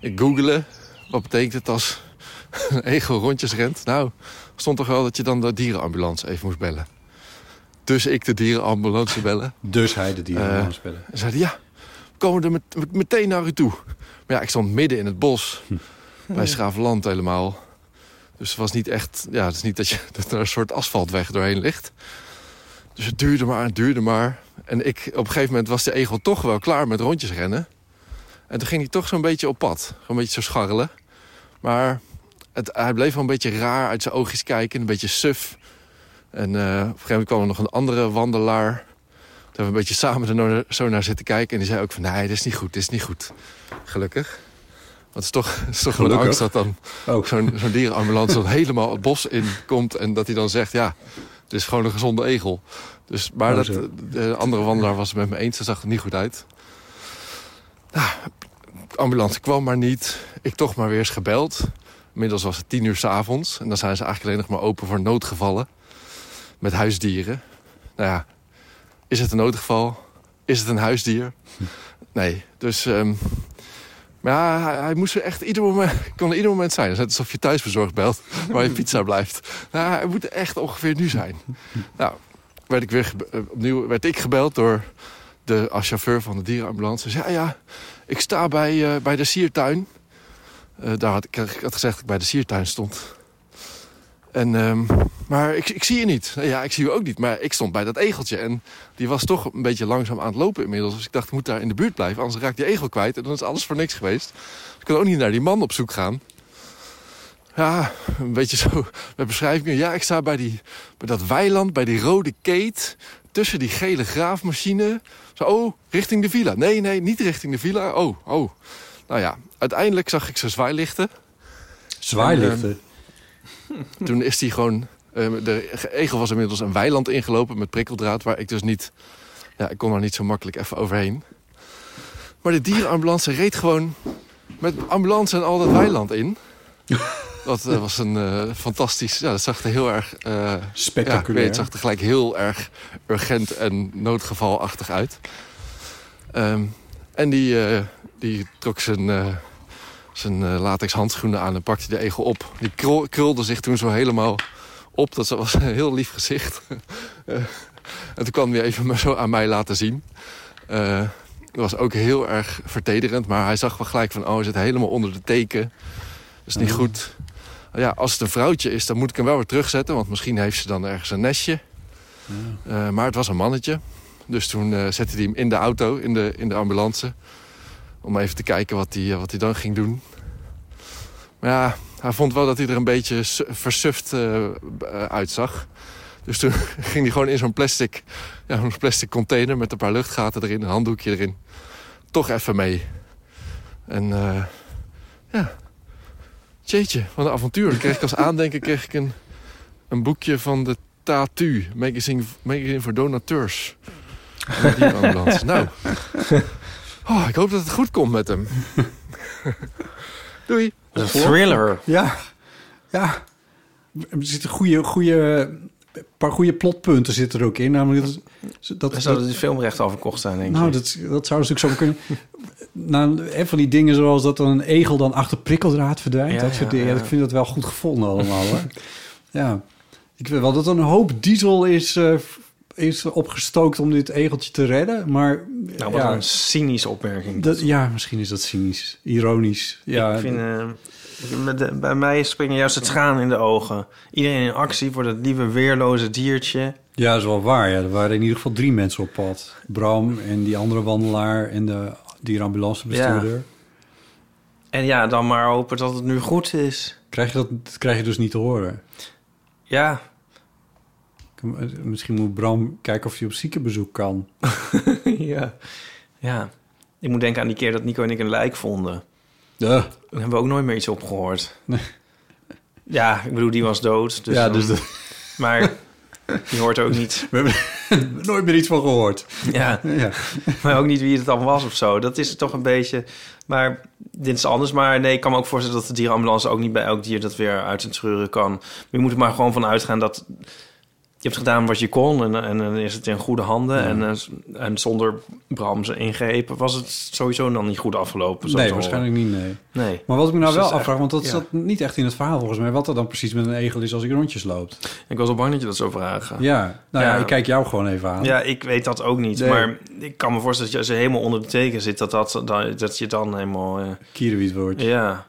Ik googelde, wat betekent het als een egel rondjes rent? Nou, stond toch wel dat je dan de dierenambulance even moest bellen. Dus ik de dierenambulance bellen. Dus hij de dieren Eh, kan spelen. En zeiden, ja, we komen er met- met- meteen naar u toe. Maar ja, ik stond midden in het bos. Bij Schavenland helemaal. Dus het was niet echt... Ja, het is niet dat, je, dat er een soort asfaltweg doorheen ligt. Dus het duurde maar, het duurde maar. En ik, op een gegeven moment was de egel toch wel klaar met rondjes rennen. En toen ging hij toch zo'n beetje op pad. Gewoon een beetje zo scharrelen. Maar het, hij bleef wel een beetje raar uit zijn oogjes kijken. Een beetje suf. En eh, op een gegeven moment kwam er nog een andere wandelaar. Toen hebben we een beetje samen er no- zo naar zitten kijken. En die zei ook van, nee, dit is niet goed, dit is niet goed. Gelukkig. Want het is toch, het is toch gewoon Gelukkig. angst dat dan Oh, zo'n zo'n dierenambulance dat helemaal het bos in komt en dat hij dan zegt, ja, het is gewoon een gezonde egel. Dus, maar Oh, dat, zo. de andere wandelaar was het met me eens, dat zag er niet goed uit. Nou, de ambulance kwam maar niet. Ik toch maar weer eens gebeld. Inmiddels was het tien uur s'avonds en dan zijn ze eigenlijk alleen nog maar open voor noodgevallen met huisdieren. Nou ja, is het een noodgeval? Is het een huisdier? Nee, dus... ehm, maar ja, hij, hij moest er echt ieder moment, kon er ieder moment zijn. Het is net alsof je thuisbezorgd belt, waar je pizza blijft. Nou, hij moet er echt ongeveer nu zijn. Nou, werd ik weer gebe- eh, opnieuw werd ik gebeld door "Ah de als chauffeur van de dierenambulance. Hij zei, ja, ja, ik sta bij, eh, bij de siertuin. Eh, daar had ik, ik had gezegd dat ik bij de siertuin stond. En, ehm, maar ik, ik zie je niet. Nou Ja, ik zie je ook niet. Maar ik stond bij dat egeltje. En die was toch een beetje langzaam aan het lopen inmiddels. Dus ik dacht, ik moet daar in de buurt blijven. Anders raak ik die egel kwijt. En dan is alles voor niks geweest. Dus ik kon ook niet naar die man op zoek gaan. Ja, een beetje zo met beschrijvingen. Ja, ik sta bij, die, bij dat weiland, bij die rode keet. Tussen die gele graafmachine. Zo, oh, richting de villa. Nee, nee, niet richting de villa. Oh, oh. Nou ja, uiteindelijk zag ik ze zwaailichten. Zwaailichten. Toen is hij gewoon... eh, de egel was inmiddels een weiland ingelopen met prikkeldraad... waar ik dus niet... Ja, ik kon daar niet zo makkelijk even overheen. Maar de dierenambulance reed gewoon met ambulance en al dat weiland in. Dat eh, was een eh, fantastisch... Ja, dat zag er heel erg... eh, ja, ik weet, Spectaculair. het zag er gelijk heel erg urgent en noodgevalachtig uit. Ehm, en die, eh, die trok zijn, eh, zijn eh, latex handschoenen aan en pakte de egel op. Die krul- krulde zich toen zo helemaal op. Dat was een heel lief gezicht. Eh, en toen kwam hij even maar zo aan mij laten zien. Eh, dat was ook heel erg vertederend. Maar hij zag wel gelijk van, oh, hij zit helemaal onder de teken. Dat is niet goed. Ja, als het een vrouwtje is, dan moet ik hem wel weer terugzetten. Want misschien heeft ze dan ergens een nestje. Eh, maar het was een mannetje. Dus toen eh, zette hij hem in de auto, in de, in de ambulance. Om even te kijken wat hij eh, wat hij dan ging doen. Maar ja, hij vond wel dat hij er een beetje su- versuft eh, b- eh, uitzag. Dus toen ging hij gewoon in zo'n plastic, ja, zo'n plastic container met een paar luchtgaten erin, een handdoekje erin. Toch even mee. En eh, ja, Jeetje, wat een avontuur. Dan kreeg ik als aandenken kreeg ik een, een boekje van de Tatu, magazine, magazine voor donateurs. Met die ambulance. Nou, oh, ik hoop dat het goed komt met hem. Doei. Een thriller. Ja, ja. Er zitten goede, goede, een paar goede plotpunten zitten er ook in. Namelijk dat, dat, Daar dat, zouden de filmrechten al verkocht zijn, denk ik. nou, dat, dat zou natuurlijk zo kunnen. Nou, hè, van die dingen zoals dat dan een egel dan achter prikkeldraad verdwijnt. Ja, dat ja, soort dingen. Ja, ja. Ik vind dat wel goed gevonden allemaal. hoor. Ja, ik weet wel dat er een hoop diesel is, eh, is opgestookt om dit egeltje te redden. Maar Nou, wat ja, een cynische opmerking. dat, ja, misschien is dat cynisch, ironisch. Ja, ik vind, eh, met de- bij mij springen juist de tranen in de ogen. Iedereen in actie voor dat lieve weerloze diertje. Ja, dat is wel waar. Ja. Er waren in ieder geval drie mensen op pad. Bram en die andere wandelaar en de dierenambulancebestuurder. En ja, dan maar hopen dat het nu goed is. Krijg je dat, dat krijg je dus niet te horen. Ja, Ik- Misschien moet Bram kijken of hij op ziekenbezoek kan. ja. ja. Ik moet denken aan die keer dat Nico en ik een lijk vonden. Ja, Daar hebben we ook nooit meer iets op gehoord. Ja, ik bedoel, die was dood. Dus ja dan- dus dat- Maar die hoort ook niet. we hebben er nooit meer iets van gehoord. Ja, Ja. maar ook niet wie het dan was of zo. Dat is toch een beetje... Maar dit is anders. Maar nee, ik kan me ook voorstellen dat de dierenambulance... ook niet bij elk dier dat weer uit zijn scheuren kan. Maar je moet er maar gewoon van uitgaan dat... Je hebt gedaan wat je kon en, en dan is het in goede handen. En, eh, en zonder Bram's ingrepen was het sowieso dan niet goed afgelopen. zo Nee, te horen. waarschijnlijk niet, nee. Nee. Maar wat ik me nou Dus wel dat is afvraag, want dat ja. zat niet echt in het verhaal volgens mij... wat er dan precies met een egel is als hij rondjes loopt. Ik was al bang dat je dat zou vragen. Ja, nou ja, Ja. ik kijk jou gewoon even aan. Ja, ik weet dat ook niet. Nee. Maar ik kan me voorstellen dat je, als je helemaal onder de teken zit, dat, dat, dat, dat je dan helemaal. eh, Kierenwiet wordt. ja,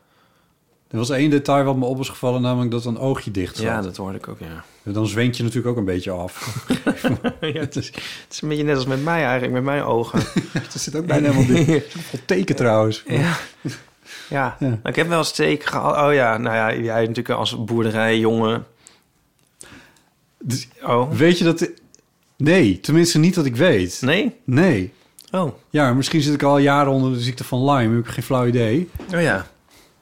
Er was één detail wat me op is gevallen, namelijk dat een oogje dicht zat. ja, dat hoorde ik ook. Ja. Dan zweent je natuurlijk ook een beetje af. ja, het, is, het is een beetje net als met mij eigenlijk, met mijn ogen. Dat zit ook bijna helemaal dicht. Vol teken trouwens. ja. Ja. Ja. Maar ik heb wel eens teken gehad. Oh ja, nou ja, jij natuurlijk als boerderijjongen. Dus- Oh, Weet je dat... de- Nee, tenminste niet dat ik weet. nee? Nee. Oh, oh Ja, misschien zit ik al jaren onder de ziekte van Lyme. Heb ik geen flauw idee. Oh ja.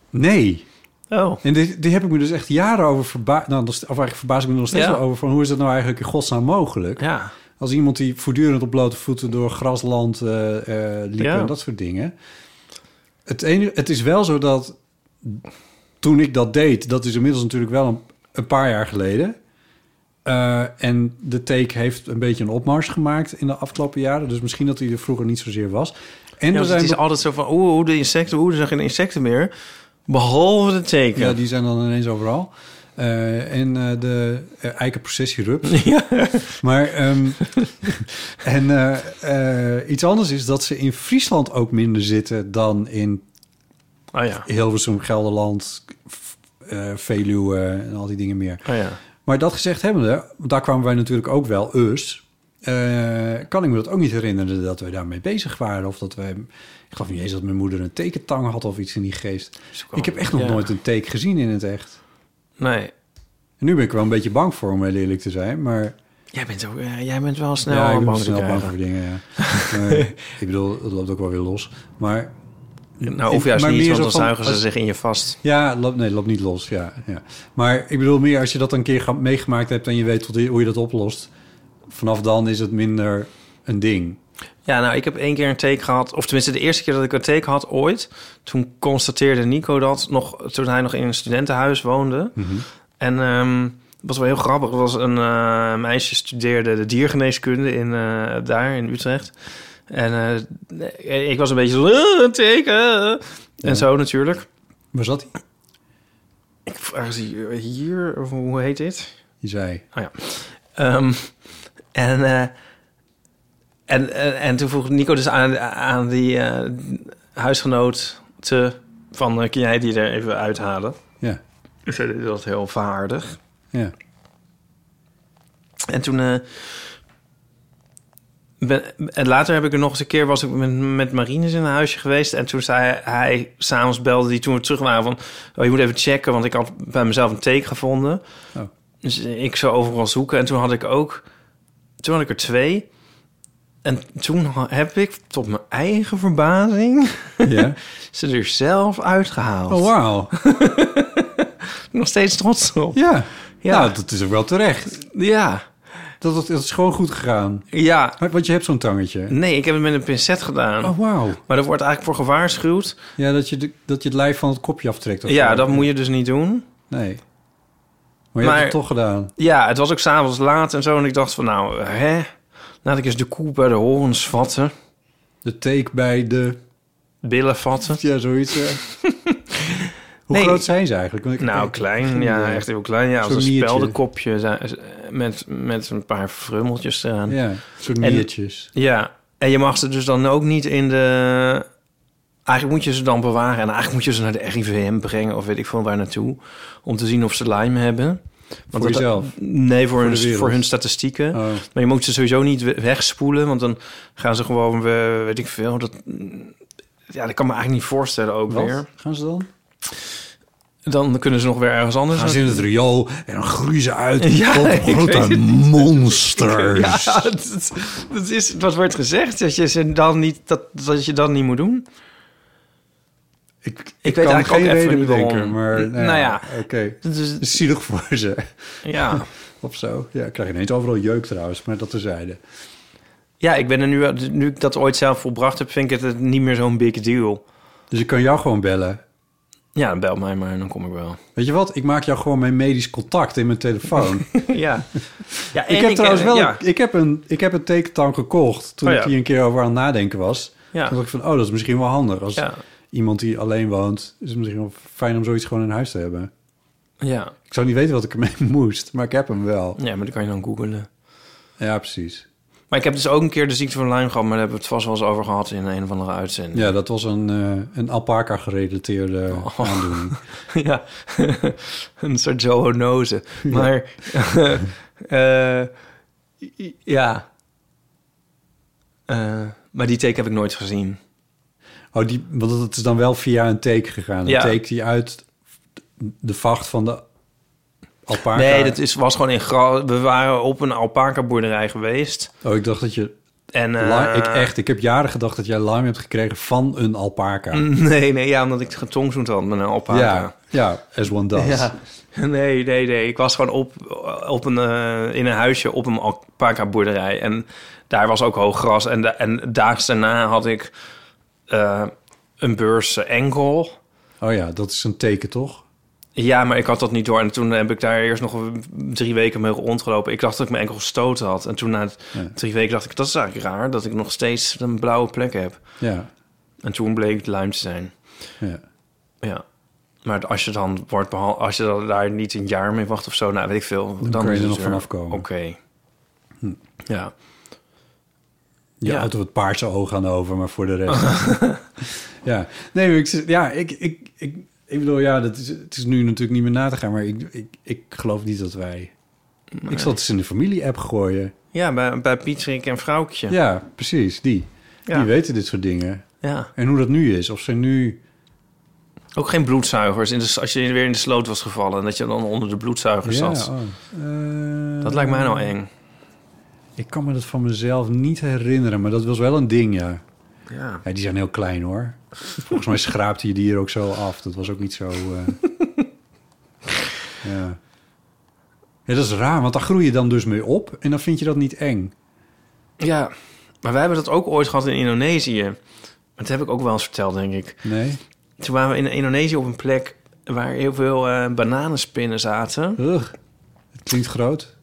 Nee. Oh, En die, die heb ik me dus echt jaren over verbaasd. Nou, nog st- of eigenlijk verbaas ik me er nog steeds Ja. wel over. Van hoe is dat nou eigenlijk in godsnaam mogelijk? ja. Als iemand die voortdurend op blote voeten door grasland eh, eh, liep Ja. en dat soort dingen. Het, enige, het is wel zo dat toen ik dat deed, dat is inmiddels natuurlijk wel een, een paar jaar geleden. eh, en de take heeft een beetje een opmars gemaakt in de afgelopen jaren. Dus misschien dat hij er vroeger niet zozeer was. En Ja, er want het zijn is altijd zo van, oeh, oeh, de insecten, oeh, er zijn geen insecten meer. Behalve de teken. Ja, die zijn dan ineens overal. Eh, en eh, de eh, eikenprocessierups. Maar, ehm, en eh, eh, iets anders is dat ze in Friesland ook minder zitten dan in Oh ja. Hilversum, Gelderland, v- eh, Veluwe en al die dingen meer. Oh ja. Maar dat gezegd hebbende, want daar kwamen wij natuurlijk ook wel us. eh, kan ik me dat ook niet herinneren dat wij daarmee bezig waren. Of dat wij... Ik geloof niet eens dat mijn moeder een tekentang had of iets in die geest. wel- Ik heb echt nog ja. nooit een teek gezien in het echt. Nee. En nu ben ik wel een beetje bang voor om heel eerlijk te zijn. Maar Jij bent, ook, eh, jij bent wel snel ja, ik ben bang te snel bang krijgen. voor dingen, ja. Maar ik bedoel, het loopt ook wel weer los. Maar Nou, of Ik- juist maar niet, meer want zo dan van- zuigen ze als- zich in je vast. Ja, het loopt, nee, het loopt niet los. Ja, ja. Maar ik bedoel meer als je dat een keer ge- meegemaakt hebt en je weet tot- hoe je dat oplost. Vanaf dan is het minder een ding. Ja, nou, ik heb één keer een take gehad. Of tenminste, de eerste keer dat ik een take had ooit. Toen constateerde Nico dat, nog, toen hij nog in een studentenhuis woonde. En ehm, het was wel heel grappig. Er was een eh, meisje studeerde de diergeneeskunde in, eh, daar in Utrecht. En eh, ik was een beetje zo... "Eh, een take, eh, eh." En zo natuurlijk. Waar zat hij? Ik vraag ze hier- hier, of hoe heet dit? Je zei. Ehm, en, eh, en, en, en toen vroeg Nico dus aan, aan die eh, huisgenoot te, van... eh, kun jij die er even uithalen? Ja, En Zij deed dat heel vaardig. ja. En toen... eh, ben, en later heb ik er nog eens een keer... was ik met, met Marines in een huisje geweest. En toen zei hij... s'avonds belde die toen we terug waren van... Oh, je moet even checken, want ik had bij mezelf een take gevonden. Oh. Dus ik zou overal zoeken. En toen had ik ook... Toen had ik er twee. En toen ha- heb ik tot mijn eigen verbazing... ja. ze er zelf uitgehaald. Oh, wauw. Nog steeds trots op. Ja. Ja. Nou, dat is ook wel terecht. Ja. Dat, dat, dat is gewoon goed gegaan. Ja. Maar- Want je hebt zo'n tangetje. Nee, ik heb het met een pincet gedaan. Oh, wauw. Maar daar wordt eigenlijk voor gewaarschuwd. Ja, dat je, de- dat je het lijf van het kopje aftrekt. of ja, zo. dat moet je dus niet doen. Nee. Maar je Maar- hebt het toch gedaan. Ja, het was ook s'avonds laat en zo. En ik dacht van, nou, hè? Laat ik eens de koe bij de horens vatten. De take bij de... Billen vatten. Ja, zoiets. ja. Hoe Nee. groot zijn ze eigenlijk? Want ik heb Nou, geen- klein. geen Ja, idee. echt heel klein. Ja, als Zo'n een niertje. speldenkopje daar- met, met een paar frummeltjes eraan. Ja. Ja, een soort En- niertjes. en je mag ze dus dan ook niet in de... Eigenlijk moet je ze dan bewaren. En eigenlijk moet je ze naar de RIVM brengen of weet ik veel waar naartoe. Om te zien of ze Lyme hebben. Voor dat- jezelf. Nee, voor, de hun, wereld. voor hun statistieken. Oh, Maar je moet ze sowieso niet we- wegspoelen, want dan gaan ze gewoon, we- weet ik veel. Dat, ja, dat kan me eigenlijk niet voorstellen ook wat? weer. Gaan ze dan? Dan kunnen ze nog weer ergens anders. Gaan ze in het riool en dan groeien ze uit Ja, tot ik weet grote het. monsters. Ja, dat, dat is wat wordt gezegd, dat je, ze dan niet, dat, dat je dat niet moet doen. Ik, ik, weet kan eigenlijk geen ook even reden niet bedenken, waarom. maar nou, Nou ja. ja. Oké, Dus, Het is zielig voor ze. ja. Of zo. Ja, ik krijg ineens overal jeuk trouwens, maar dat terzijde. ja, ik ben er nu, nu ik dat ooit zelf volbracht heb, vind ik het niet meer zo'n big deal. Dus ik kan jou gewoon bellen. Ja, dan bel mij maar en dan kom ik wel. Weet je wat? Ik maak jou gewoon mijn medisch contact in mijn telefoon. ja. ja en eh, ik heb trouwens wel... ja. Ik, heb een, ik heb een tekentang gekocht toen Oh, ik ja. hier een keer over aan het nadenken was. Ja. Toen dacht ik van, oh, dat is misschien wel handig. Als Ja. iemand die alleen woont, is het misschien wel fijn om zoiets gewoon in huis te hebben. Ja. Ik zou niet weten wat ik ermee moest, maar ik heb hem wel. ja, maar dan kan je dan googelen. Ja, precies. Maar ik heb dus ook een keer de ziekte van Lyme gehad, maar daar hebben we het vast wel eens over gehad in een of andere uitzending. Ja, dat was een, eh, een alpaca-gerelateerde Oh. aandoening. Ja, een soort zoonose. Maar eh, eh, ja. Eh, maar die take heb ik nooit gezien. Oh, die, want het is dan wel via een take gegaan. Een Ja. take die uit de vacht van de alpaca... Nee, dat is, was gewoon in Gra We waren op een alpaca boerderij geweest. Oh, ik dacht dat je... En, eh, Lyme- ik, echt, ik heb jaren gedacht dat jij Lyme hebt gekregen van een alpaca. Nee, nee, ja, omdat ik getongzoend had met een alpaca. Ja, ja, as one does. Ja. Nee, nee, nee. Ik was gewoon op, op een, eh, in een huisje op een alpaca boerderij. En daar was ook hoog gras. En, da- en daags daarna had ik eh, een beurs enkel. Oh ja, dat is een teken, toch? Ja, maar ik had dat niet door. En toen heb ik daar eerst nog een- drie weken mee rondgelopen. Ik dacht dat ik mijn enkel gestoten had. En toen na drie weken dacht ik, dat is eigenlijk raar... dat ik nog steeds een blauwe plek heb. Ja, En toen bleek het luim te zijn. ja. Ja. Maar als je dan wordt behal als je dan daar niet een jaar mee wacht of zo, nou weet ik veel, dan, kan je is er het nog weer vanaf komen. Hm. Oké. Ja. Je Ja. houdt er wat paarse ogen aan over, maar voor de rest... Ja, nee, ik, ja, ik, ik, ik, ik bedoel, ja, dat is, het is nu natuurlijk niet meer na te gaan, maar ik, ik, ik geloof niet dat wij. Ik zal het eens in de familie-app gooien. Ja, bij, bij Pietrik en Vrouwtje. Ja, precies, die. Ja. Die weten dit soort dingen. Ja. En hoe dat nu is, of ze nu. Ook geen bloedzuigers. In de, als je weer in de sloot was gevallen... en dat je dan onder de bloedzuigers Ja, zat. oh. Eh, Dat lijkt mij nou eng. Ik kan me dat van mezelf niet herinneren, maar dat was wel een ding, ja. Ja. ja die zijn heel klein hoor. Volgens mij schraapte je die hier ook zo af. Dat was ook niet zo. eh, ja. ja, dat is raar, want daar groei je dan dus mee op en dan vind je dat niet eng. Ja, maar wij hebben dat ook ooit gehad in Indonesië. Dat heb ik ook wel eens verteld, denk ik. Nee. Toen waren we in Indonesië op een plek waar heel veel eh, bananenspinnen zaten. Ugh. Het klinkt groot.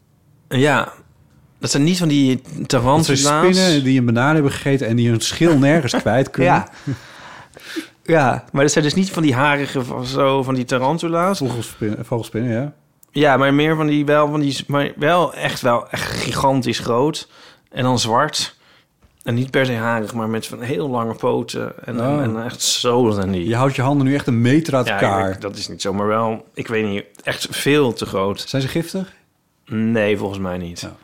En ja, dat zijn niet van die Want er Taiwanse zijn spinnen die een banaan hebben gegeten en die hun schil nergens kwijt kunnen. Ja. ja, maar dat zijn dus niet van die harige of zo, van die tarantula's. Vogelspinnen, vogelspinnen, ja. Ja, maar meer van die wel, van die, maar wel echt wel echt gigantisch groot. En dan zwart. En niet per se harig, maar met van heel lange poten. En, Oh. en echt zo zijn die. Je houdt je handen nu echt een meter uit Ja, elkaar. ik- dat is niet zo, maar wel, ik weet niet, echt veel te groot. Zijn ze giftig? Nee, volgens mij niet. Ja.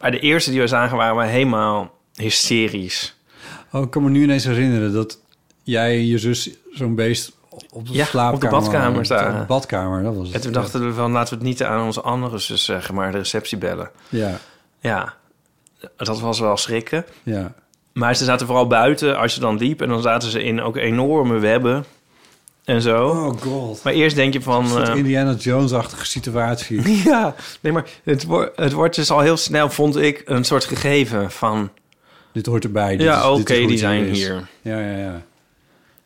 Maar de eerste die we zagen waren we helemaal hysterisch. Oh, ik kan me nu ineens herinneren dat jij en je zus zo'n beest op de Ja, slaapkamer... op de badkamer op de- zagen. op de badkamer, dat was het. En toen dachten we van, laten we het niet aan onze andere zus zeggen, maar de receptie bellen. Ja, Ja, dat was wel schrikken. ja. Maar ze zaten vooral buiten als je dan liep. En dan zaten ze in ook enorme webben en zo. Oh god. Maar eerst denk je van... Een soort eh, Indiana Jones-achtige situatie. ja, nee, maar het, wor- het wordt dus al heel snel, vond ik, een soort gegeven van... dit hoort erbij. Dit is- dit Ja, is oké, hoe die het zijn is. hier. Ja, ja, ja.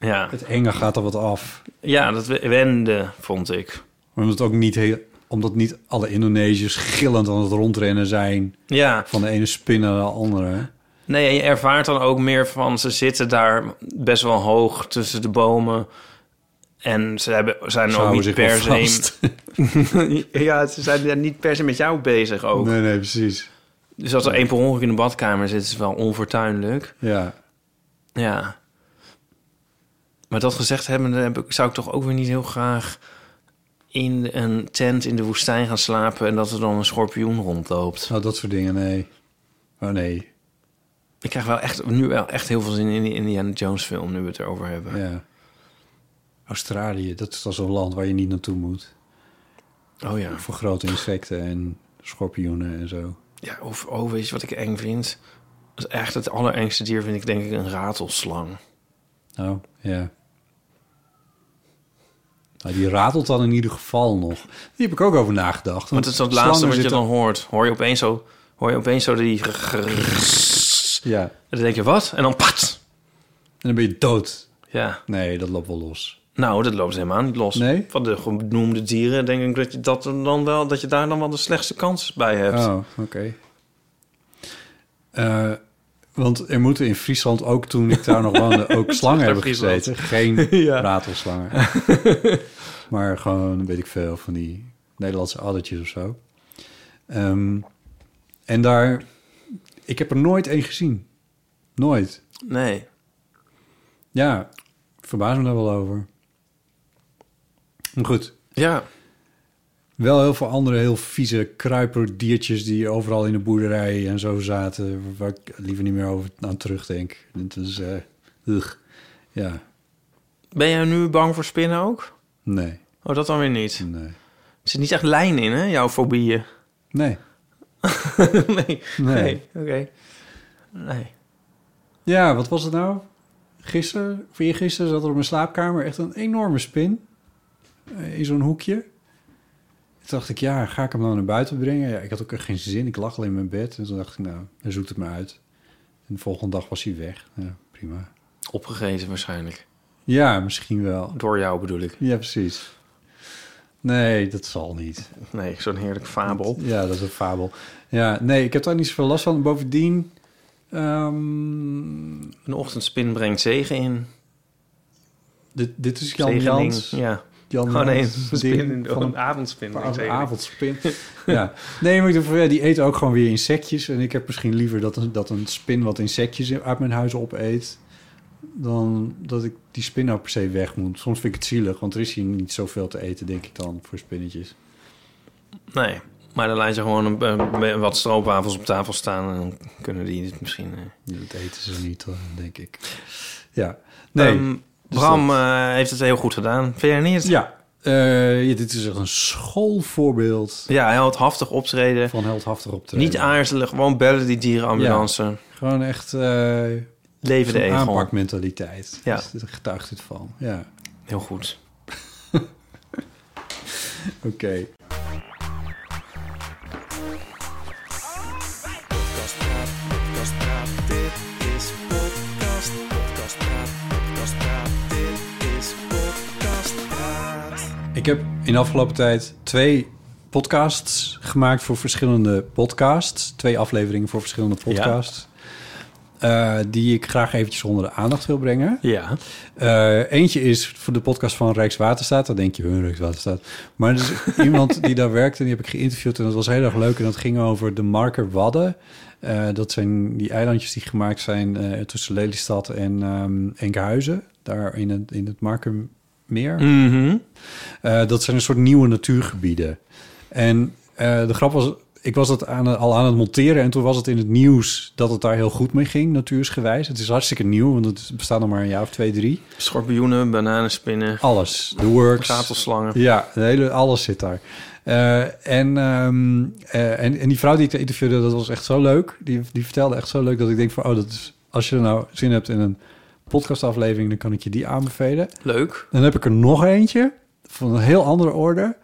Ja. Het enge gaat er wat af. ja, dat we- wende, vond ik. Maar Omdat, ook niet heel, omdat niet alle Indonesiërs gillend aan het rondrennen zijn... Ja, van de ene spin naar de andere. nee, en je ervaart dan ook meer van... ze zitten daar best wel hoog tussen de bomen... en ze hebben, zijn ook Zouden niet zich wel per se... vast. ja, ze zijn daar niet per se met jou bezig ook. Nee, nee, precies. Dus als er één per ongeluk in de badkamer zit... is het wel onfortuinlijk. Ja. Ja. Maar dat gezegd hebbende heb ik, zou ik toch ook weer niet heel graag in een tent in de woestijn gaan slapen en dat er dan een schorpioen rondloopt. Nou, dat soort dingen, nee. Oh nee, Ik krijg wel echt, nu wel echt heel veel zin in die Indiana Jones film, nu we het erover hebben. ja. Australië, dat is dan zo'n land waar je niet naartoe moet. Oh ja. Voor grote insecten en schorpioenen en zo. ja. Of, oh, weet je wat ik eng vind? Dat is echt het allerengste dier vind ik denk ik een ratelslang. Nou, ja. Nou, die ratelt dan in ieder geval nog. Die heb ik ook over nagedacht. Want het is dat slangen laatste wat je zitten- dan hoort. Hoor je opeens zo, hoor je opeens zo die... Ja, En en dan denk je, wat? En dan pat! dan ben je dood. Ja. Nee, dat loopt wel los. Nou, dat loopt helemaal niet los. Nee? Van de genoemde dieren denk ik dat je, dat dan wel, dat je daar dan wel de slechtste kans bij hebt. Oh, oké. Eh, want er moeten in Friesland ook, toen ik daar nog woonde, ook slangen hebben Friesland. gezeten. Geen Ja. ratelslangen. maar gewoon, weet ik veel, van die Nederlandse addertjes of zo. Ehm, en daar... Ik heb er nooit één gezien. Nooit. Nee. Ja, ik verbaas me daar wel over. Maar goed, Ja. wel heel veel andere heel vieze kruiperdiertjes... die overal in de boerderij en zo zaten... waar ik liever niet meer over aan terugdenk. Het is, eh ugh. Ja, Ben jij nu bang voor spinnen ook? nee, Oh, dat dan weer niet. nee, Er zit niet echt lijn in, hè, jouw fobieën. nee. nee. Nee. Oké. Nee. Ja, wat was het nou? Gisteren, of eergisteren zat er op mijn slaapkamer echt een enorme spin. eh, In zo'n hoekje. Toen dacht ik, ja, ga ik hem dan naar buiten brengen? Ja, ik had ook echt geen zin. Ik lag alleen in mijn bed. En toen dacht ik, nou, hij zoekt het me uit. En de volgende dag was hij weg. Ja, prima. Opgegeten waarschijnlijk. Ja, misschien wel. Door jou bedoel ik. Ja, precies. Nee, dat zal niet. Nee, zo'n heerlijk fabel. Ja, dat is een fabel. Ja, nee, ik heb daar niet zoveel last van. Bovendien, ehm, Een ochtendspin brengt zegen in. dit, dit is Jan Zegening, Jans. Ja. Jan Oh nee, een, Jans spin, ding in- van een avondspin. Een brengt avond- zegen in. avondspin. ja. Nee, maar ik dacht van, ja, die eten ook gewoon weer insectjes. En ik heb misschien liever dat een, dat een spin wat insectjes uit mijn huis opeet... dan dat ik die spin nou per se weg moet. Soms vind ik het zielig, want er is hier niet zoveel te eten, denk ik dan, voor spinnetjes. Nee, maar dan laat je gewoon een, een- een wat stroopwafels op tafel staan... en dan kunnen die het misschien... eh, Dat eten ze niet, eh, denk ik. Ja, nee. Ehm, Bram eh, heeft het heel goed gedaan. Vind jij niet? Ja. Eh, ja, dit is echt een schoolvoorbeeld Ja, heldhaftig optreden. van heldhaftig op te Niet aarzelen, gewoon bellen die dierenambulance. Gewoon echt eh Leven de zo'n egel. aanpakmentaliteit. Ja. Dus daar getuigt dit van. Ja, Heel goed. oké. Ik heb in de afgelopen tijd twee podcasts gemaakt voor verschillende podcasts. Twee afleveringen voor verschillende podcasts. Eh, die ik graag eventjes onder de aandacht wil brengen. Ja. Eh, eentje is voor de podcast van Rijkswaterstaat. Dan denk je, hun Rijkswaterstaat. Maar er is iemand die daar werkte en die heb ik geïnterviewd. En dat was heel erg leuk. En dat ging over de marker Wadden. Eh, dat zijn die eilandjes die gemaakt zijn eh, tussen Lelystad en ehm, Enkhuizen. Daar in het, in het Markermeer. Hm. Mhm. Eh, dat zijn een soort nieuwe natuurgebieden. En eh, de grap was, ik was dat aan, al aan het monteren en toen was het in het nieuws dat het daar heel goed mee ging, natuursgewijs. Het is hartstikke nieuw, want het bestaat nog maar een jaar of twee, drie. Schorpioenen, bananenspinnen, Alles, the works. ratelslangen. Ja, de hele, alles zit daar. Eh, en, ehm, eh, en, en die vrouw die ik daar interviewde, dat was echt zo leuk. Die, die vertelde echt zo leuk dat ik denk van, oh, dat is, als je er nou zin hebt in een podcastaflevering, dan kan ik je die aanbevelen. Leuk. Dan heb ik er nog eentje van een heel andere orde.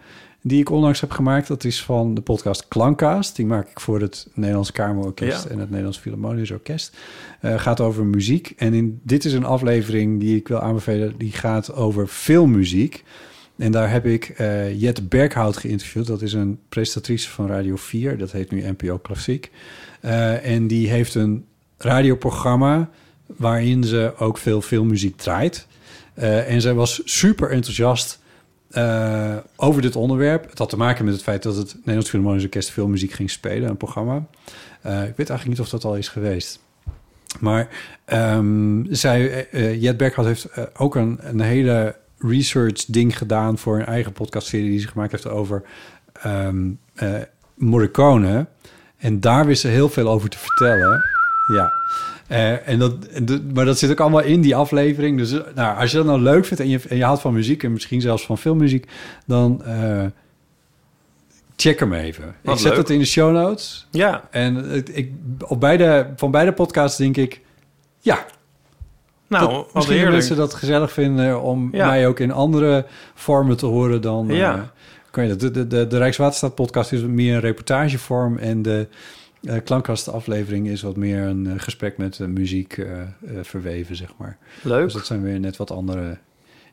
Die ik onlangs heb gemaakt. Dat is van de podcast Klankkaast. Die maak ik voor het Nederlands Kamerorkest Ja. en het Nederlands Philharmonisch Orkest. Eh, gaat over muziek. En in, dit is een aflevering die ik wil aanbevelen. Die gaat over filmmuziek. En daar heb ik eh Jet Berghout geïnterviewd. Dat is een presentatrice van Radio 4. Dat heet nu NPO Klassiek. Eh, en die heeft een radioprogramma waarin ze ook veel filmmuziek draait. Eh, en zij was super enthousiast eh, over dit onderwerp. Het had te maken met het feit dat het Nederlands Philharmonisch Orkest veel muziek ging spelen, een programma. Eh, ik weet eigenlijk niet of dat al is geweest. Maar ehm, zij, eh, eh, Jet Berghout heeft eh, ook een, een hele research ding gedaan voor een eigen podcastserie die ze gemaakt heeft over ehm, eh, Morricone. En daar wist ze heel veel over te vertellen. Ja. Eh, en dat, en de- maar dat zit ook allemaal in die aflevering. Dus eh, nou, als je dat nou leuk vindt en je, en je houdt van muziek en misschien zelfs van filmmuziek, dan eh, check hem even. Wat ik zet leuk. het in de show notes. Ja. En het, ik, op beide, van beide podcasts denk ik, ja, Nou, dat, wat misschien dat heerlijk. mensen dat gezellig vinden om Ja. mij ook in andere vormen te horen dan. eh, Ja. kan je dat? De, de, de, de Rijkswaterstaat podcast is meer een reportagevorm en de eh klankastaflevering is wat meer een eh, gesprek met eh, muziek eh, eh, verweven, zeg maar. Leuk. Dus dat zijn weer net wat andere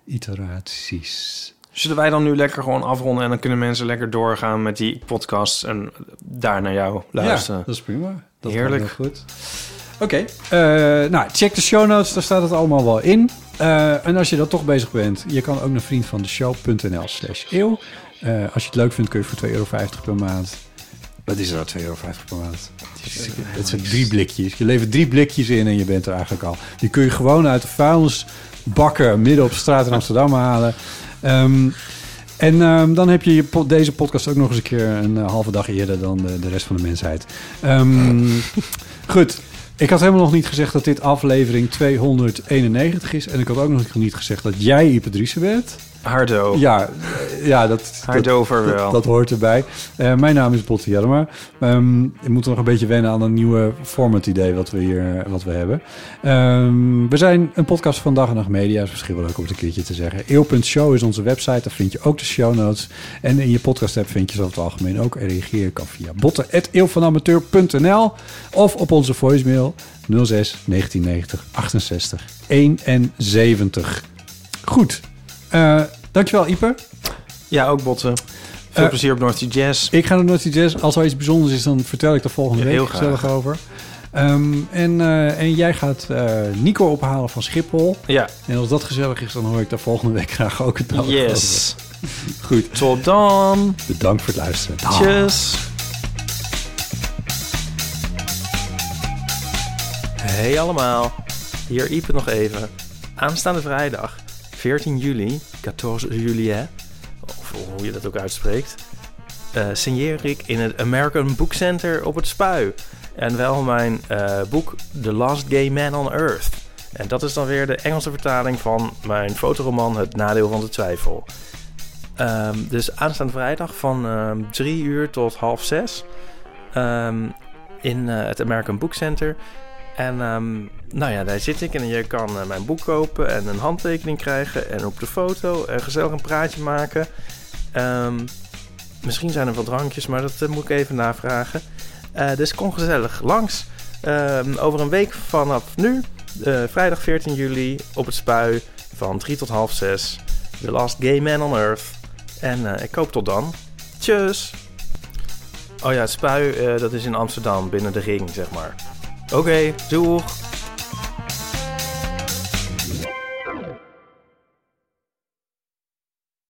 iteraties. Zullen wij dan nu lekker gewoon afronden en dan kunnen mensen lekker doorgaan met die podcast en daar naar jou luisteren. Ja, dat is prima. Dat Heerlijk. gaat heel goed. Oké, eh, nou, check de show notes, daar staat het allemaal wel in. Eh, en als je dan toch bezig bent, je kan ook naar vriendvandeshow.nl slash eeuw. Eh, als je het leuk vindt, kun je voor 2,50 euro per maand... Wat is er nou 2,50 euro per maand? Het is- eh, Het zijn drie blikjes. Je levert drie blikjes in en je bent er eigenlijk al. Die kun je gewoon uit de vuilnisbakken midden op straat in Amsterdam halen. Ehm, en ehm, dan heb je, je po- deze podcast ook nog eens een keer een eh, halve dag eerder dan de, de rest van de mensheid. Ehm, goed. Ik had helemaal nog niet gezegd dat dit aflevering 291 is. En ik had ook nog niet gezegd dat jij Ipadrice bent. Hardo. Ja, eh, ja dat, dat, Hardover wel. dat, dat hoort erbij. Eh, mijn naam is Botte Jarma. Ehm ik moet nog een beetje wennen aan een nieuwe format idee wat we hier eh, wat we hebben. Ehm, we zijn een podcast van Dag en Nacht Media. Is misschien wel leuk om het een keertje te zeggen. Eeuw.show is onze website. Daar vind je ook de show notes. En in je podcast app vind je ze over het algemeen ook. En reageer kan via botten.eeuwvanamateur.nl of op onze voicemail 06 1990 68 71. Goed. Eh, dankjewel Ipe. Ja, ook botten. Veel Eh, plezier op North Sea Jazz. Ik ga naar Naughty Jazz. Als er iets bijzonders is, dan vertel ik er volgende Ja, week heel graag. gezellig over. Ehm, en, eh, en jij gaat eh, Nico ophalen van Schiphol. Ja. En als dat gezellig is, dan hoor ik daar volgende week graag ook het over. Yes. Goed. Tot dan. Bedankt voor het luisteren. Tjus. Hey allemaal. Hier, Iep het nog even. Aanstaande vrijdag, 14 juli, 14 juli hè, of hoe je dat ook uitspreekt, eh, signeer ik in het American Book Center op het Spui. En wel mijn eh, boek The Last Gay Man on Earth. En dat is dan weer de Engelse vertaling van mijn fotoroman Het Nadeel van de Twijfel. Ehm, dus aanstaande vrijdag van ehm 3 uur tot half 6 ehm, in eh, het American Book Center. En ehm, nou ja, daar zit ik en je kan eh, mijn boek kopen en een handtekening krijgen en op de foto en gezellig een praatje maken. Ehm, misschien zijn er wat drankjes, maar dat eh, moet ik even navragen. Eh, dus kom gezellig langs. Ehm, over een week vanaf nu, eh, vrijdag 14 juli, op het spui van 3 tot half 6. The Last Gay Man on Earth. En eh, ik koop tot dan. Tjus! Oh ja, het spui, eh, dat is in Amsterdam, binnen de ring, zeg maar. Oké, doeg!